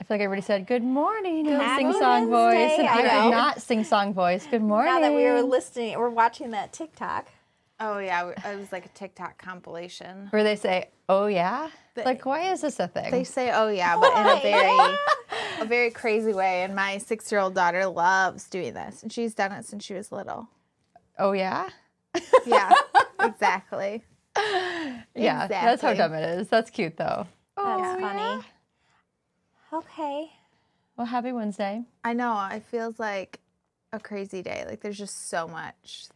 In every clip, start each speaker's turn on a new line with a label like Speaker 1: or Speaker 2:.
Speaker 1: I feel like I already said good morning in
Speaker 2: Happy
Speaker 1: sing song voice,
Speaker 2: Wednesday.
Speaker 1: and I,
Speaker 2: I
Speaker 1: did
Speaker 2: know.
Speaker 1: not sing song voice. Good morning.
Speaker 2: Now that we were listening, we're watching that TikTok.
Speaker 3: Oh yeah, it was like a TikTok compilation.
Speaker 1: where they say, "Oh yeah,"
Speaker 3: They-
Speaker 1: like why is this a thing?
Speaker 3: They say, "Oh yeah," but in a
Speaker 2: Why?
Speaker 3: very, a very crazy way. And my six-year-old daughter loves doing this, and she's done it since she was little.
Speaker 1: oh yeah,
Speaker 3: Yeah, exactly.
Speaker 1: yeah. That's how
Speaker 3: Exactly.
Speaker 1: dumb it is. That's cute though. Oh,
Speaker 2: That's
Speaker 1: yeah.
Speaker 2: funny. Okay.
Speaker 1: Well, happy Wednesday.
Speaker 3: I know. It feels like a crazy day. Like there's just so much.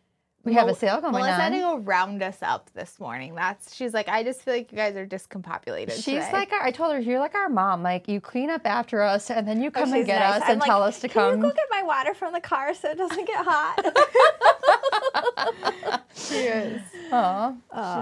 Speaker 1: We have a sale going
Speaker 3: Melissa had
Speaker 1: on.
Speaker 3: to go round us up this morning. That's she's like, I just feel like you guys are discombobulated.
Speaker 1: She's
Speaker 3: today."
Speaker 1: like, our, I told her, you're like our mom. Like you clean up after us, and then you come and
Speaker 2: Oh, she's
Speaker 1: get
Speaker 2: nice.
Speaker 1: us
Speaker 2: I'm
Speaker 1: and
Speaker 2: like,
Speaker 1: tell us to
Speaker 2: Can
Speaker 1: come.
Speaker 2: you go get my water from the car so it doesn't get hot?
Speaker 3: she is.
Speaker 1: Aw.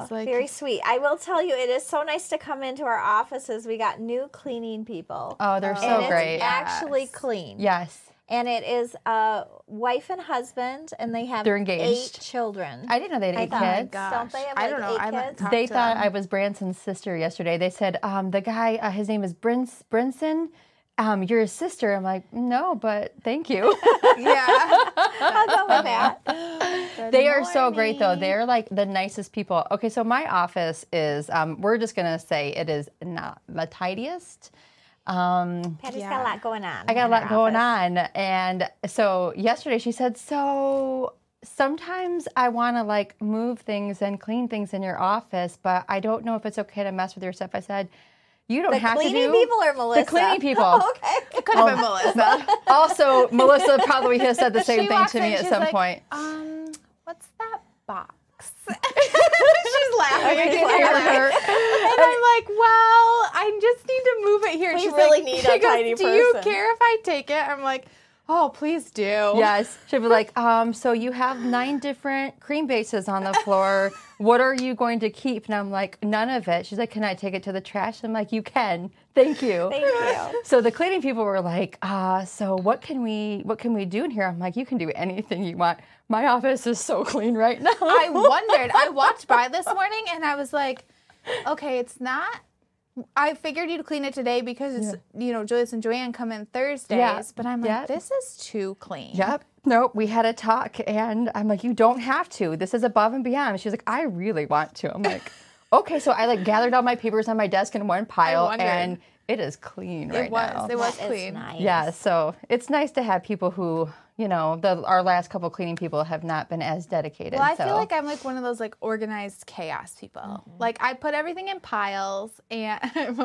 Speaker 3: She's like,
Speaker 2: Very sweet. I will tell you, it is so nice to come into our offices. We got new cleaning people.
Speaker 1: Oh, they're
Speaker 2: and
Speaker 1: so
Speaker 2: it's
Speaker 1: great.
Speaker 2: actually
Speaker 3: Yes.
Speaker 2: clean.
Speaker 1: yes.
Speaker 2: And it is a wife and husband, and they have
Speaker 1: They're engaged.
Speaker 2: eight children.
Speaker 1: I didn't know they had
Speaker 2: I
Speaker 1: eight
Speaker 2: thought,
Speaker 1: kids.
Speaker 2: God. Don't they have,
Speaker 3: Oh I don't
Speaker 2: like,
Speaker 3: know.
Speaker 2: eight
Speaker 3: I haven't
Speaker 2: kids?
Speaker 3: talked
Speaker 1: They
Speaker 3: to
Speaker 1: thought
Speaker 3: them.
Speaker 1: I was Branson's sister yesterday. They said, um, the guy, uh, his name is Brins- Brinson. Um, you're his sister. I'm like, no, but thank you.
Speaker 3: yeah.
Speaker 2: I'll go with that.
Speaker 1: they are so great, though. They're like the nicest people. Okay, so my office is, um, we're just going to say it is not the tidiest. Um,
Speaker 2: Patty's
Speaker 3: Yeah.
Speaker 2: got a lot going on.
Speaker 1: I got a lot going on. And so yesterday she said, So sometimes I want to like move things and clean things in your office, but I don't know if it's okay to mess with your stuff. I said, You don't
Speaker 2: The
Speaker 1: have to.
Speaker 2: cleaning
Speaker 1: do-
Speaker 2: people or Melissa?
Speaker 1: The cleaning people.
Speaker 2: okay.
Speaker 3: Could have been Melissa.
Speaker 1: Um, Also, Melissa probably has said the same
Speaker 3: She
Speaker 1: thing
Speaker 3: walks
Speaker 1: to
Speaker 3: in,
Speaker 1: me at
Speaker 3: she's
Speaker 1: some
Speaker 3: like,
Speaker 1: point.
Speaker 3: Um, what's that box? she's laughing. I
Speaker 1: Can
Speaker 3: can
Speaker 1: you
Speaker 3: hear
Speaker 1: hear
Speaker 3: her.
Speaker 1: her?
Speaker 3: And I'm like, well, I just need to move it here. And
Speaker 2: We
Speaker 3: she's
Speaker 2: really
Speaker 3: like,
Speaker 2: need
Speaker 3: she
Speaker 2: a
Speaker 3: goes,
Speaker 2: tidy
Speaker 3: Do you
Speaker 2: person."
Speaker 3: care if I take it? I'm like, oh, please do. Yeah.
Speaker 1: Yes. She'd be like, um, so you have nine different cream bases on the floor. What are you going to keep? And I'm like, none of it. She's like, Can I take it to the trash? I'm like, You can. Thank you.
Speaker 2: Thank you.
Speaker 1: So the cleaning people were like, uh, so what can we what can we do in here? I'm like, you can do anything you want. My office is so clean right now.
Speaker 3: I wondered. I walked by this morning and I was like, okay, it's not. I figured you'd clean it today because it's, you know, Julius and Joanne come in Thursdays, but I'm like,
Speaker 1: Yep.
Speaker 3: this is too clean.
Speaker 1: Yep. Nope. We had a talk and I'm like, you don't have to. This is above and beyond. She's like, I really want to. I'm like, okay. So I like gathered all my papers on my desk in one pile
Speaker 3: wondered.
Speaker 1: and it is clean right
Speaker 3: It was.
Speaker 1: now.
Speaker 3: It was
Speaker 2: That is
Speaker 3: clean.
Speaker 2: nice.
Speaker 1: Yeah, so it's nice to have people who, you know, the our last couple cleaning people have not been as dedicated.
Speaker 3: Well, I
Speaker 1: so.
Speaker 3: feel like I'm like one of those like organized chaos people.
Speaker 2: Mm-hmm.
Speaker 3: Like I put everything in piles, and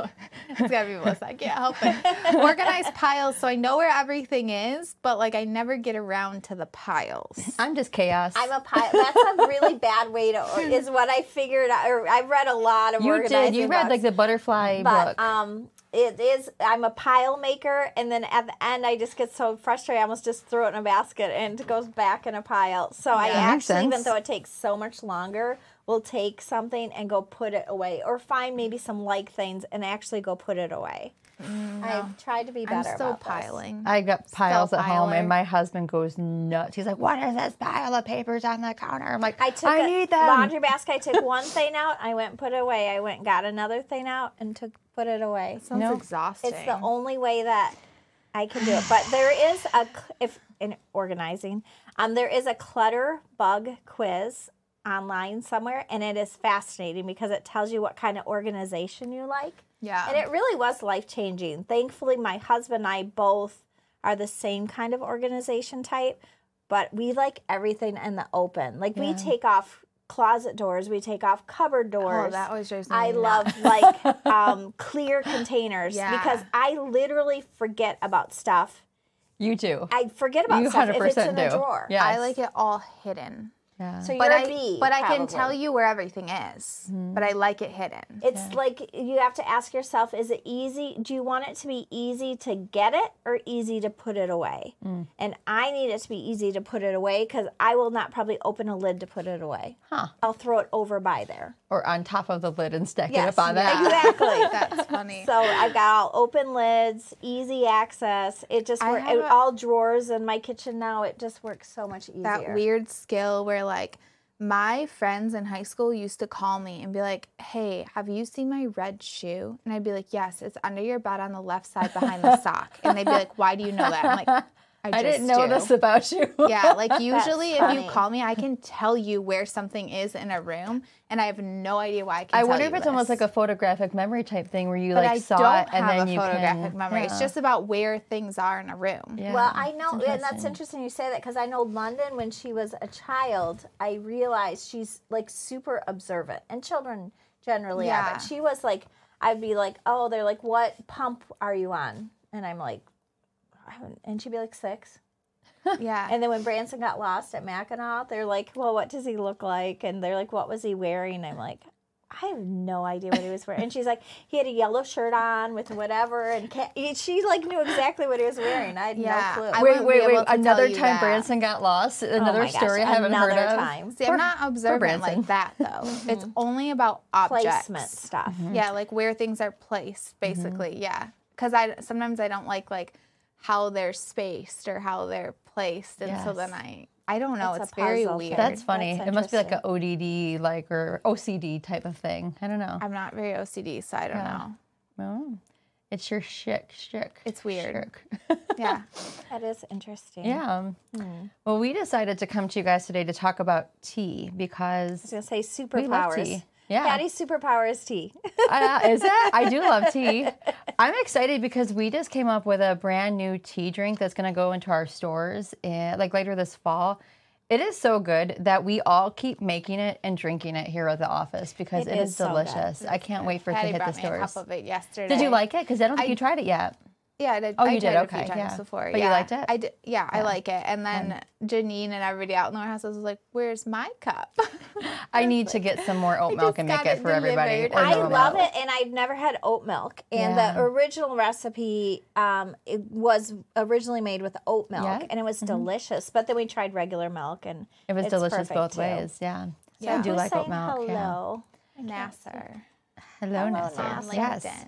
Speaker 3: it's gotta be Melissa. I can't help it. organized piles, so I know where everything is, but like I never get around to the piles.
Speaker 1: I'm just chaos.
Speaker 2: I'm a pile. That's a really bad way to. Or, is what I figured. out- Or I've read a lot of.
Speaker 1: you did. You
Speaker 2: organizing
Speaker 1: read
Speaker 2: books,
Speaker 1: like the butterfly book.
Speaker 2: But um, it is. I'm a pile maker, and then at the end, I just get so frustrated. I almost just throw it in a basket, and it goes back in a pile. So I
Speaker 3: Yeah.
Speaker 1: Makes
Speaker 2: actually, even
Speaker 1: sense.
Speaker 2: though it takes so much longer, will take something and go put it away, or find maybe some like things and actually go put it away.
Speaker 1: Mm.
Speaker 2: I've tried to be
Speaker 3: I'm
Speaker 2: better.
Speaker 3: still
Speaker 2: about this.
Speaker 3: piling.
Speaker 1: I got piles at home,
Speaker 3: piler.
Speaker 1: and my husband goes nuts. He's like, "What is this pile of papers on the counter?" I'm like,
Speaker 2: I took
Speaker 1: I
Speaker 2: a
Speaker 1: need them."
Speaker 2: laundry basket. I took one thing out. I went and put it away. I went and got another thing out and took put it away.
Speaker 3: Sounds
Speaker 1: No.
Speaker 3: exhausting.
Speaker 2: It's the only way that I can do it. But there is a cl- if in organizing, um, there is a clutter bug quiz online somewhere, and it is fascinating because it tells you what kind of organization you like.
Speaker 3: yeah.
Speaker 2: And it really was life changing. Thankfully, my husband and I both are the same kind of organization type, but we like everything in the open. Like we take off closet doors, we take off cupboard doors.
Speaker 3: oh, that always drives me
Speaker 2: I
Speaker 3: nuts.
Speaker 2: love like um, clear containers
Speaker 3: Yeah.
Speaker 2: because I literally forget about stuff.
Speaker 1: you do.
Speaker 2: I forget about
Speaker 1: you
Speaker 2: stuff if it's
Speaker 1: 100%
Speaker 2: in a
Speaker 1: do.
Speaker 2: drawer.
Speaker 1: Yes.
Speaker 3: I like it all hidden.
Speaker 1: Yeah.
Speaker 2: So you're
Speaker 3: But
Speaker 2: a
Speaker 3: I,
Speaker 2: bee,
Speaker 3: but I can tell
Speaker 2: probably.
Speaker 3: you where everything is. But
Speaker 1: Mm-hmm.
Speaker 3: I like it hidden.
Speaker 2: It's like you have to ask yourself is it easy? Do you want it to be easy to get it or easy to put it away?
Speaker 3: Mm.
Speaker 2: And I need it to be easy to put it away because I will not probably open a lid to put it away.
Speaker 1: Huh.
Speaker 2: I'll throw it over by there.
Speaker 1: or on top of the lid and stack it
Speaker 2: Yes,
Speaker 1: up on that.
Speaker 2: Exactly.
Speaker 3: That's funny.
Speaker 2: so I've got all open lids, easy access. It just
Speaker 3: I
Speaker 2: works.
Speaker 3: have a-
Speaker 2: All drawers in my kitchen now, it just works so much easier.
Speaker 3: that weird skill where like my friends in high school used to call me and be like, Hey, have you seen my red shoe? And I'd be like, Yes, it's under your bed on the left side behind the sock. And they'd be like, Why do you know that? I'm like, I, just
Speaker 1: I didn't know
Speaker 3: do."
Speaker 1: this about you.
Speaker 3: Yeah, like usually if you
Speaker 2: funny.
Speaker 3: call me, I can tell you where something is in a room, and I have no idea why I can.
Speaker 1: I
Speaker 3: tell
Speaker 1: wonder
Speaker 3: you
Speaker 1: if it's
Speaker 3: this.
Speaker 1: almost like a photographic memory type thing where you
Speaker 3: But
Speaker 1: like
Speaker 3: I
Speaker 1: saw
Speaker 3: don't
Speaker 1: it and
Speaker 3: have
Speaker 1: then
Speaker 3: a
Speaker 1: you
Speaker 3: photographic
Speaker 1: can.
Speaker 3: memory. It's
Speaker 1: Yeah.
Speaker 3: just about where things are in a room.
Speaker 1: Yeah.
Speaker 2: Well, I know, and that's
Speaker 1: interesting.
Speaker 2: interesting you say that because I know London, when she was a child, I realized she's like super observant, and children generally are.
Speaker 3: Yeah.
Speaker 2: But she was like, I'd be like, oh, they're like, what pump are you on? And I'm like, I haven't- and she'd be like six.
Speaker 3: Yeah.
Speaker 2: And then when Branson got lost at Mackinac, they're like, well, what does he look like? And they're like, what was he wearing? I'm like, I have no idea what he was wearing. And she's like, he had a yellow shirt on with whatever. And ca she like knew exactly what he was wearing. I had
Speaker 3: Yeah,
Speaker 2: no clue.
Speaker 3: I
Speaker 1: Wait,
Speaker 3: wouldn't
Speaker 1: wait,
Speaker 3: be
Speaker 1: wait!
Speaker 3: able to tell
Speaker 1: Another
Speaker 3: you
Speaker 1: time
Speaker 3: that.
Speaker 1: Branson got lost.
Speaker 2: Oh
Speaker 1: Another
Speaker 2: my gosh,
Speaker 1: story I haven't
Speaker 2: another
Speaker 1: heard of.
Speaker 2: time.
Speaker 3: See, I'm not observant
Speaker 1: Branson.
Speaker 3: like that though. It's only about objects.
Speaker 2: Placement stuff.
Speaker 1: Mm-hmm.
Speaker 3: Yeah, like where things are placed, basically. Yeah, because I sometimes I don't like like how they're spaced or how they're placed, and so then
Speaker 1: Yes.
Speaker 3: I I don't know.
Speaker 2: It's a
Speaker 3: It's, very
Speaker 2: puzzle
Speaker 3: weird.
Speaker 2: thing.
Speaker 1: That's funny.
Speaker 2: That's
Speaker 1: it must be like an ODD, like or OCD type of thing. I don't know.
Speaker 3: I'm not very OCD, so I don't know.
Speaker 1: Oh, it's your chic, chic.
Speaker 3: It's weird.
Speaker 1: chic.
Speaker 3: Yeah,
Speaker 2: That is interesting.
Speaker 1: yeah.
Speaker 3: Hmm.
Speaker 1: Well, we decided to come to you guys today to talk about tea
Speaker 2: I
Speaker 1: because
Speaker 2: was going to say
Speaker 1: we love
Speaker 2: superpowers.
Speaker 1: tea. Yeah.
Speaker 2: Patty's superpower is tea.
Speaker 1: I know, is it? I do love tea. I'm excited because we just came up with a brand new tea drink that's going to go into our stores in, like later this fall. It is so good that we all keep making it and drinking it here at the office because
Speaker 2: It
Speaker 1: it
Speaker 2: is
Speaker 1: is,
Speaker 2: so good.
Speaker 1: delicious. I can't wait for it to
Speaker 3: Patty
Speaker 1: hit the
Speaker 3: brought me a
Speaker 1: stores.
Speaker 3: cup of it yesterday.
Speaker 1: Did you like it? Because I don't think you tried it yet.
Speaker 3: Yeah, I did.
Speaker 1: Oh,
Speaker 3: I
Speaker 1: you
Speaker 3: tried
Speaker 1: did,
Speaker 3: it a
Speaker 1: okay,
Speaker 3: few times
Speaker 1: yeah.
Speaker 3: before.
Speaker 1: But you
Speaker 3: yeah.
Speaker 1: liked it?
Speaker 3: I did. Yeah, I like it. And then Janine and everybody out in the warehouse was like, "Where's my cup?"
Speaker 1: I need to get some more oat milk
Speaker 3: just
Speaker 1: and make
Speaker 3: got
Speaker 1: it
Speaker 3: it
Speaker 1: for everybody.
Speaker 3: delivered.
Speaker 1: or
Speaker 2: I
Speaker 1: no milk.
Speaker 2: love it, and I've never had oat milk. And the
Speaker 1: Yeah.
Speaker 2: original recipe um, it was originally made with oat milk,
Speaker 1: Yeah. Mm-hmm.
Speaker 2: and it was delicious. But then we tried regular milk, and
Speaker 1: It was
Speaker 2: it's
Speaker 1: delicious
Speaker 2: perfect,
Speaker 1: both
Speaker 2: too.
Speaker 1: ways. Yeah. So I
Speaker 3: Yeah.
Speaker 1: do
Speaker 2: Who's
Speaker 1: like oat
Speaker 2: saying
Speaker 1: milk. Yeah.
Speaker 2: hello?
Speaker 3: Nasser
Speaker 1: Hello, Nessa.
Speaker 3: on LinkedIn.
Speaker 1: Yes.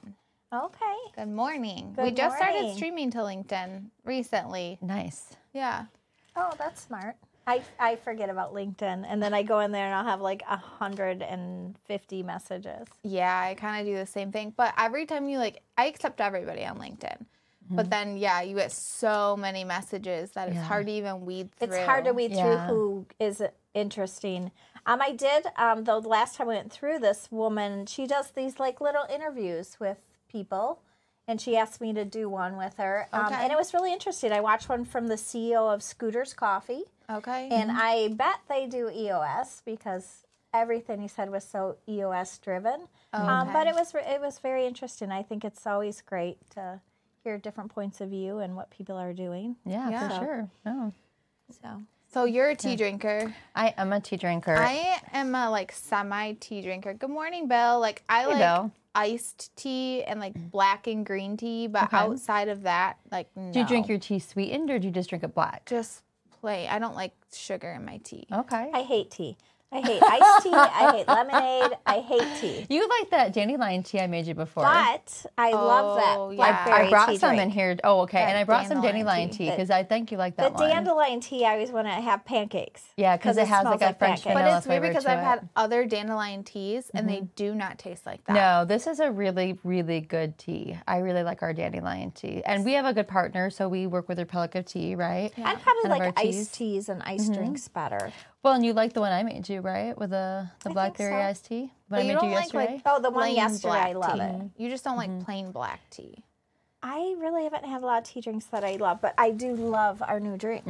Speaker 2: Okay,
Speaker 3: Good morning. we
Speaker 2: Good
Speaker 3: just started
Speaker 2: morning.
Speaker 3: streaming to LinkedIn recently.
Speaker 1: Nice.
Speaker 3: Yeah.
Speaker 2: oh, that's smart. I, I forget about LinkedIn, and then I go in there and I'll have like hundred and fifty messages.
Speaker 3: Yeah, I kind of do the same thing. But every time you like, I accept everybody on LinkedIn. But then, yeah, you get so many messages that it's
Speaker 1: Mm-hmm. Yeah.
Speaker 3: hard to even weed through.
Speaker 2: It's hard to weed
Speaker 1: Yeah.
Speaker 2: through who is interesting. Um, I did um, though. The last time I went through this woman, she does these like little interviews with people, and she asked me to do one with her, um,
Speaker 3: Okay.
Speaker 2: and it was really interesting. I watched one from the CEO of Scooters Coffee,
Speaker 3: Okay.
Speaker 2: and I bet they do EOS because everything he said was so EOS driven. Um, but
Speaker 3: Okay.
Speaker 2: it was re- it was very interesting. I think it's always great to hear different points of view and what people are doing.
Speaker 1: Yeah,
Speaker 3: Yeah.
Speaker 1: for sure. No.
Speaker 2: So
Speaker 3: so you're a tea drinker.
Speaker 1: I am a tea drinker.
Speaker 3: I am a like semi tea drinker. Good morning, Bill. Like I like
Speaker 1: Bill.
Speaker 3: iced tea and like black and green tea, but
Speaker 1: Mm. Okay.
Speaker 3: outside of that, like no.
Speaker 1: do you drink your tea sweetened or do you just drink it black?
Speaker 3: just plain? I don't like sugar in my tea.
Speaker 1: Okay.
Speaker 2: I hate tea. I hate iced tea. I hate lemonade. I hate tea.
Speaker 1: you like that dandelion tea I made you before.
Speaker 2: But I
Speaker 3: Oh,
Speaker 2: love
Speaker 3: yeah.
Speaker 2: that blackberry
Speaker 1: I brought
Speaker 2: tea
Speaker 1: some in
Speaker 2: drink.
Speaker 1: here. Oh, okay. and I brought some
Speaker 3: dandelion
Speaker 1: dandelion
Speaker 3: tea.
Speaker 1: tea because I think you like that
Speaker 2: The
Speaker 1: one.
Speaker 2: dandelion tea, I always want to have pancakes.
Speaker 1: Yeah, 'cause it has,
Speaker 2: smells
Speaker 1: like, a French
Speaker 2: pancakes.
Speaker 3: But
Speaker 1: vanilla
Speaker 3: it's weird
Speaker 1: flavor
Speaker 3: because
Speaker 1: to
Speaker 3: I've
Speaker 1: it. Mm-hmm.
Speaker 3: had other dandelion teas and they do not taste like that.
Speaker 1: No, this is a really, really good tea. I really like our dandelion tea. And we have a good partner, so we work with Republic of Tea, right?
Speaker 2: I'd
Speaker 1: Kind
Speaker 2: probably
Speaker 1: of
Speaker 2: like
Speaker 1: our
Speaker 2: iced teas and iced
Speaker 1: Mm-hmm.
Speaker 2: drinks better.
Speaker 1: Well, and you like the one I made you, right? With the, the blackberry
Speaker 2: so.
Speaker 1: iced tea? The one I
Speaker 3: you
Speaker 1: made
Speaker 3: don't
Speaker 1: you
Speaker 3: like, like,
Speaker 1: yesterday?
Speaker 2: Oh, the one
Speaker 3: Plain
Speaker 2: yesterday,
Speaker 3: black
Speaker 2: I love
Speaker 3: tea. Mm-hmm.
Speaker 2: it.
Speaker 3: You just don't like plain black tea.
Speaker 2: I really haven't had a lot of tea drinks that I love, but I do love our new drink.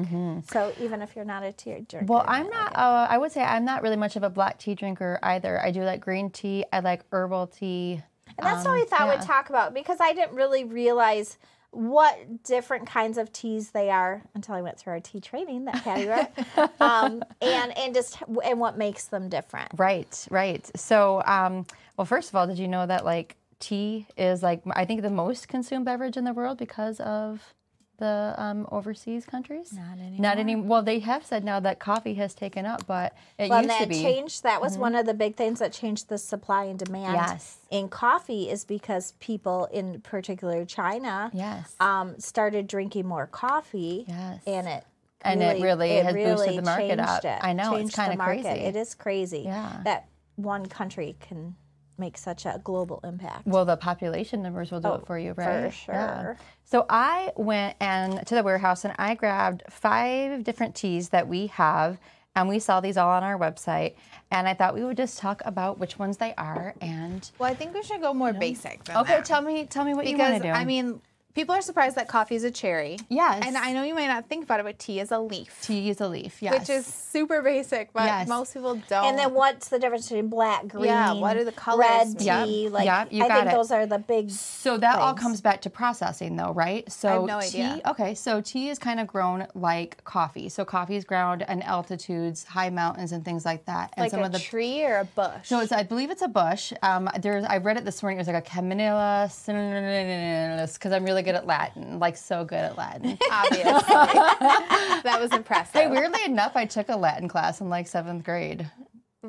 Speaker 2: So even if you're not a tea drinker,
Speaker 1: Mm-hmm. Well,
Speaker 2: you
Speaker 1: I'm
Speaker 2: might
Speaker 1: not.
Speaker 2: like
Speaker 1: Uh, I would say I'm not really much of a black tea drinker either. I do like green tea. I like herbal tea.
Speaker 2: it. and that's
Speaker 1: Um,
Speaker 2: what I thought we'd talk about because I didn't really realize what different kinds of teas they are until I went through our tea training that Patty wrote, um, and and just and what makes them different.
Speaker 1: Right, right. So, um, well, first of all, did you know that like tea is like I think the most consumed beverage in the world because of the um, overseas countries? Not anymore. Not any. Well, they have said now that coffee has taken up, but it
Speaker 2: Well, and
Speaker 1: used to
Speaker 2: that
Speaker 1: be. Mm-hmm.
Speaker 2: changed. That was one of the big things that changed the supply and demand
Speaker 1: Yes.
Speaker 2: in coffee is because people in particular China
Speaker 1: Yes.
Speaker 2: um, started drinking more coffee,
Speaker 1: Yes.
Speaker 2: and it
Speaker 1: and it really has boosted the market
Speaker 2: changed
Speaker 1: up.
Speaker 2: it,
Speaker 1: I know
Speaker 2: changed
Speaker 1: it's
Speaker 2: the
Speaker 1: kind of
Speaker 2: market.
Speaker 1: crazy.
Speaker 2: It is crazy
Speaker 1: Yeah.
Speaker 2: that one country can make such a global impact.
Speaker 1: Well, the population numbers will do it Oh, for you, right? Yeah.
Speaker 2: sure.
Speaker 1: So I went and to the warehouse and I grabbed five different teas that we have, and we sell these all on our website. And I thought we would just talk about which ones they are. And
Speaker 3: Well, I think we should go more basic. Than
Speaker 1: okay,
Speaker 3: that.
Speaker 1: tell me, tell me what you
Speaker 3: because
Speaker 1: want to do.
Speaker 3: I mean, people are surprised that coffee is a cherry.
Speaker 1: Yes.
Speaker 3: and I know you might not think about it, but tea is a leaf,
Speaker 1: tea is a leaf, yes.
Speaker 3: which is super basic, but
Speaker 1: Yes.
Speaker 3: most people don't.
Speaker 2: And then what's the difference between black, green,
Speaker 3: Yeah, what are the colors
Speaker 2: red
Speaker 3: mean?
Speaker 1: Yep,
Speaker 2: tea? Like
Speaker 1: yep, you
Speaker 2: I
Speaker 1: got
Speaker 2: think
Speaker 1: it.
Speaker 2: those are the big
Speaker 1: So that all
Speaker 2: things.
Speaker 1: comes back to processing, though, right? So
Speaker 3: no
Speaker 1: tea,
Speaker 3: idea.
Speaker 1: okay. So tea is kind of grown like coffee. So coffee is ground in altitudes, high mountains, and things like that. And
Speaker 3: like a tree or a bush.
Speaker 1: So it's, I believe it's a bush. Um, there's, I read it this morning. It was like a Camellia sinensis because I'm really good at Latin, like so good at Latin.
Speaker 3: obviously. that was impressive.
Speaker 1: hey, weirdly enough, I took a Latin class in like seventh grade.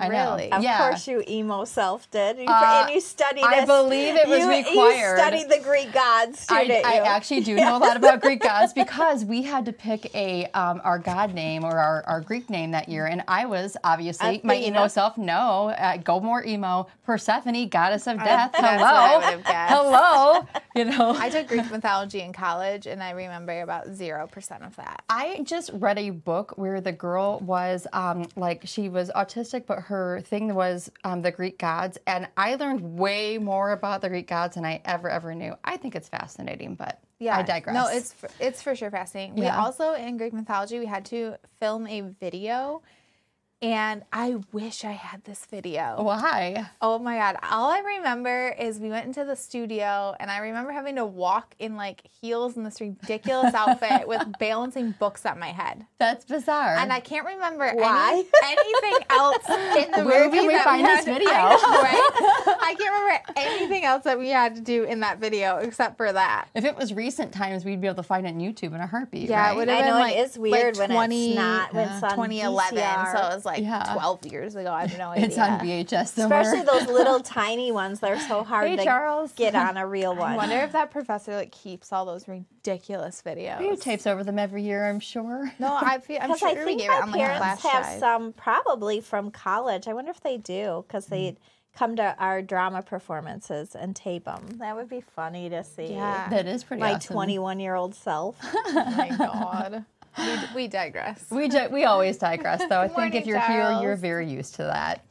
Speaker 1: I know.
Speaker 3: Really?
Speaker 2: Of
Speaker 1: yeah.
Speaker 2: course, you emo self did, You-
Speaker 1: Uh,
Speaker 2: and you studied.
Speaker 1: I
Speaker 2: us-
Speaker 1: believe it was
Speaker 2: you,
Speaker 1: required.
Speaker 2: You studied the Greek gods,
Speaker 1: I,
Speaker 2: didn't
Speaker 1: I
Speaker 2: you?
Speaker 1: actually do know a lot about Greek gods because we had to pick a um, our god name or our, our Greek name that year, and I was obviously my
Speaker 2: Athena.
Speaker 1: emo self. No, uh, go more emo, Persephone, goddess of death.
Speaker 3: Uh, That's what I would
Speaker 1: Hello,
Speaker 3: have guessed.
Speaker 1: hello. You know,
Speaker 3: I took Greek mythology in college, and I remember about zero percent of that.
Speaker 1: I just read a book where the girl was um, like she was autistic, but her thing was um, the Greek gods, and I learned way more about the Greek gods than I ever ever knew. I think it's fascinating, but I digress.
Speaker 3: No, it's f- it's for sure fascinating. We
Speaker 1: Yeah.
Speaker 3: also in Greek mythology we had to film a video, and I wish I had this video.
Speaker 1: why.
Speaker 3: Oh my god! All I remember is we went into the studio, and I remember having to walk in like heels in this ridiculous outfit with balancing books on my head,
Speaker 1: That's bizarre.
Speaker 3: and I can't remember any-
Speaker 2: Why?
Speaker 3: anything else in the
Speaker 1: Where
Speaker 3: movie
Speaker 1: can we
Speaker 3: that
Speaker 1: find
Speaker 3: had,
Speaker 1: this video?
Speaker 3: I, know, right? I can't remember anything else that we had to do in that video except for that.
Speaker 1: If it was recent times, we'd be able to find it on YouTube in a heartbeat.
Speaker 3: Yeah,
Speaker 1: right?
Speaker 3: it would
Speaker 2: I
Speaker 3: have been
Speaker 2: know it
Speaker 3: like
Speaker 2: is weird
Speaker 3: like
Speaker 2: when
Speaker 3: 20,
Speaker 2: it's not,
Speaker 1: uh,
Speaker 2: when E it's on
Speaker 3: 2011, so
Speaker 2: VCR.
Speaker 3: it was like
Speaker 1: Yeah.
Speaker 3: 12 years ago. I have no idea.
Speaker 1: It's on VHS somewhere.
Speaker 2: Especially those little tiny ones. They're so hard
Speaker 1: Hey,
Speaker 2: to
Speaker 1: Charles.
Speaker 2: get on a real one.
Speaker 3: I wonder if that professor like keeps all those ridiculous
Speaker 1: Who
Speaker 3: videos.
Speaker 1: tapes over them every year, I'm sure.
Speaker 3: No, I feel, I'm
Speaker 2: Because
Speaker 3: sure
Speaker 2: I
Speaker 3: we
Speaker 2: think
Speaker 3: gave
Speaker 2: my
Speaker 3: it on like a flash
Speaker 2: parents have
Speaker 3: drive.
Speaker 2: some probably from college. I wonder if they do
Speaker 3: Mm.
Speaker 2: because they'd come to our drama performances and tape them. That would be funny to see.
Speaker 3: Yeah.
Speaker 1: That is pretty
Speaker 2: My
Speaker 1: awesome.
Speaker 2: 21 year old self.
Speaker 3: Oh my god, we, we digress.
Speaker 1: We, ju- we always digress, though. I think
Speaker 3: Morning,
Speaker 1: if you're here, you're
Speaker 3: Charles.
Speaker 1: very used to that.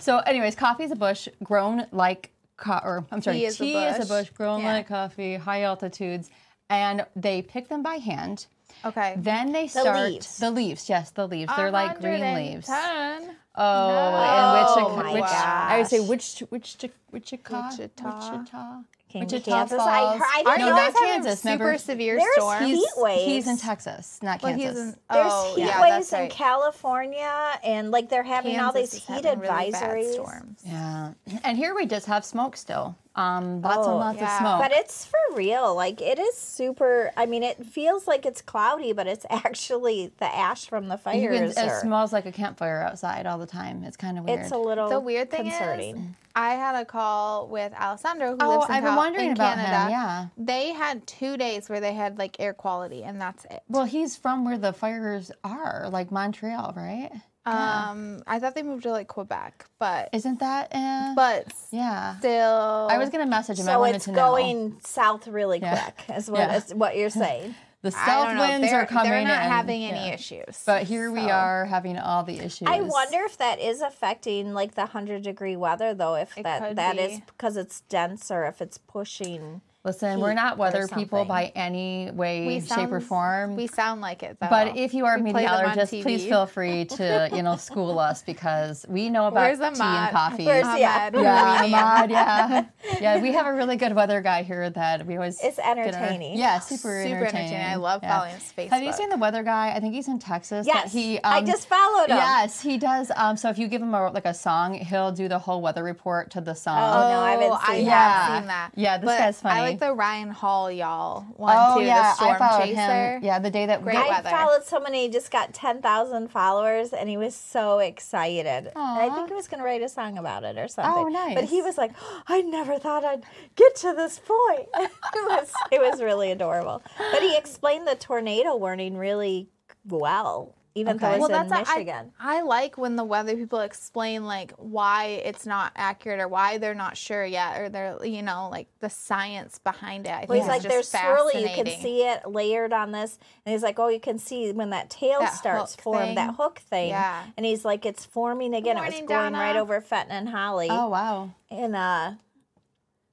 Speaker 1: So, anyways, coffee is a bush grown like, co- or I'm sorry,
Speaker 3: Tea is a bush.
Speaker 1: grown
Speaker 3: Yeah.
Speaker 1: like coffee, high altitudes, and they pick them by hand.
Speaker 3: Okay,
Speaker 1: Then they start
Speaker 2: leaves.
Speaker 1: the leaves. Yes, the leaves. They're like green leaves.
Speaker 3: 110.
Speaker 1: Oh,
Speaker 2: No.
Speaker 1: and
Speaker 2: Oh
Speaker 1: which,
Speaker 2: my
Speaker 1: which I would say
Speaker 2: gosh.
Speaker 1: which which Wichita
Speaker 3: Wichita.
Speaker 1: Wichita
Speaker 2: Came to Kansas. I
Speaker 1: Falls.
Speaker 2: heard- I
Speaker 1: Or
Speaker 2: didn't
Speaker 1: no,
Speaker 2: know
Speaker 1: not
Speaker 2: they
Speaker 3: having
Speaker 1: Kansas.
Speaker 3: super
Speaker 1: Remember,
Speaker 3: severe
Speaker 2: There's
Speaker 3: storms.
Speaker 2: heat waves.
Speaker 1: he's in Texas, not
Speaker 3: Well, he's
Speaker 1: Kansas.
Speaker 3: in-
Speaker 2: There's
Speaker 3: oh,
Speaker 2: heat
Speaker 3: yeah,
Speaker 2: waves
Speaker 3: that's right.
Speaker 2: in California, and like they're having all
Speaker 3: Kansas
Speaker 2: these
Speaker 3: is
Speaker 2: heat
Speaker 3: having really bad
Speaker 2: advisories.
Speaker 3: storms.
Speaker 1: yeah, and here we just have smoke still. Um, lots
Speaker 2: Oh,
Speaker 1: and lots
Speaker 3: yeah.
Speaker 1: of smoke.
Speaker 2: But it's for real. Like it is super. I mean, it feels like it's cloudy, but it's actually the ash from the
Speaker 1: You can-
Speaker 2: fires.
Speaker 1: it
Speaker 2: are-
Speaker 1: smells like a campfire outside all the time. It's kind of weird.
Speaker 2: It's a little
Speaker 1: Oh,
Speaker 3: The weird thing
Speaker 2: concerning.
Speaker 3: is, I had a call with Alessandro, who
Speaker 1: Oh,
Speaker 3: lives in,
Speaker 1: I've been
Speaker 3: Cal-
Speaker 1: wondering
Speaker 3: in
Speaker 1: about him,
Speaker 3: Canada.
Speaker 1: yeah.
Speaker 3: they had two days where they had like air quality, and that's it.
Speaker 1: well, he's from where the fires are, like Montreal, right?
Speaker 3: Um, I thought they moved to like Quebec, but
Speaker 1: Isn't that? Uh,
Speaker 3: but
Speaker 1: yeah,
Speaker 3: still,
Speaker 1: I was gonna message him. I
Speaker 2: so
Speaker 1: wanted
Speaker 2: it's
Speaker 1: to know.
Speaker 2: going south really
Speaker 1: Yeah.
Speaker 2: quick. Is what
Speaker 1: Yeah.
Speaker 2: is what you're saying.
Speaker 1: The
Speaker 3: I
Speaker 1: south
Speaker 3: don't know,
Speaker 1: winds
Speaker 3: they're,
Speaker 1: are coming.
Speaker 3: They're not
Speaker 1: in.
Speaker 3: having any
Speaker 1: Yeah.
Speaker 3: issues.
Speaker 1: But here we
Speaker 3: so-
Speaker 1: are having all the issues.
Speaker 2: I wonder if that is affecting like the hundred degree weather though. If that
Speaker 3: could
Speaker 2: that is
Speaker 3: be.
Speaker 2: because it's dense or if it's pushing.
Speaker 1: Listen,
Speaker 2: heat
Speaker 1: we're not
Speaker 2: or
Speaker 1: weather people
Speaker 2: something.
Speaker 1: by any way,
Speaker 3: We
Speaker 1: shape, or
Speaker 3: sound-
Speaker 1: form.
Speaker 3: We sound like it, though.
Speaker 1: but if you are a
Speaker 3: Oh. We play them on
Speaker 1: meteorologist, please
Speaker 3: TV.
Speaker 1: feel free to you know school us because we know about
Speaker 3: Where's
Speaker 1: tea and
Speaker 3: Ahmad?
Speaker 1: coffee.
Speaker 2: Where's-
Speaker 3: Ahmed,
Speaker 2: Yeah.
Speaker 3: we
Speaker 1: yeah,
Speaker 3: need him.
Speaker 1: Ahmad, yeah, yeah. We have a really good weather guy here that we always.
Speaker 2: It's
Speaker 1: get our-
Speaker 2: entertaining.
Speaker 1: yeah, super,
Speaker 3: Super
Speaker 1: entertaining.
Speaker 3: entertaining. I love
Speaker 1: yeah.
Speaker 3: following his
Speaker 1: Have you
Speaker 3: Facebook.
Speaker 1: seen the weather guy? I think he's in Texas. that
Speaker 2: Yes,
Speaker 1: he.
Speaker 2: I
Speaker 1: um,
Speaker 2: just followed him.
Speaker 1: Yes, he does. Um, so if you give him a, like a song, he'll do the whole weather report to the song.
Speaker 2: Oh, no, I haven't
Speaker 3: Oh, I
Speaker 2: seen
Speaker 3: have
Speaker 1: that.
Speaker 3: seen that.
Speaker 1: Yeah, this
Speaker 3: But
Speaker 1: guy's
Speaker 3: I
Speaker 1: funny.
Speaker 3: like the Ryan Hall y'all
Speaker 1: Oh,
Speaker 3: one too. the storm chaser.
Speaker 1: Yeah, the day that
Speaker 3: Great
Speaker 1: Yeah,
Speaker 2: I
Speaker 3: weather.
Speaker 2: followed someone and he just got 10,000 followers and he was so excited. And I
Speaker 1: Aw.
Speaker 2: think he was going to write a song about it or something. But
Speaker 1: nice.
Speaker 2: he was like, "Oh, I never thought I'd get to this point. it, was, it was really adorable. But he explained the tornado warning really well, even
Speaker 1: Okay.
Speaker 2: though it's
Speaker 1: Well,
Speaker 2: in
Speaker 3: a- I-
Speaker 2: Michigan.
Speaker 3: I, like when the weather people explain like why it's not accurate or why they're not sure yet or they're you know like the science behind it. I
Speaker 2: Well,
Speaker 3: think
Speaker 2: he's like,
Speaker 3: it's just
Speaker 2: there's swirly. You can
Speaker 3: fascinating.
Speaker 2: see it layered on this. And he's like, oh, you can see when that tail
Speaker 3: That
Speaker 2: starts
Speaker 3: hook
Speaker 2: form, that
Speaker 3: thing.
Speaker 2: hook thing.
Speaker 3: Yeah.
Speaker 2: And he's like, it's forming again. it
Speaker 3: morning,
Speaker 2: was going right
Speaker 3: Donna.
Speaker 2: over Fenton and Holly.
Speaker 1: Oh wow.
Speaker 2: And uh,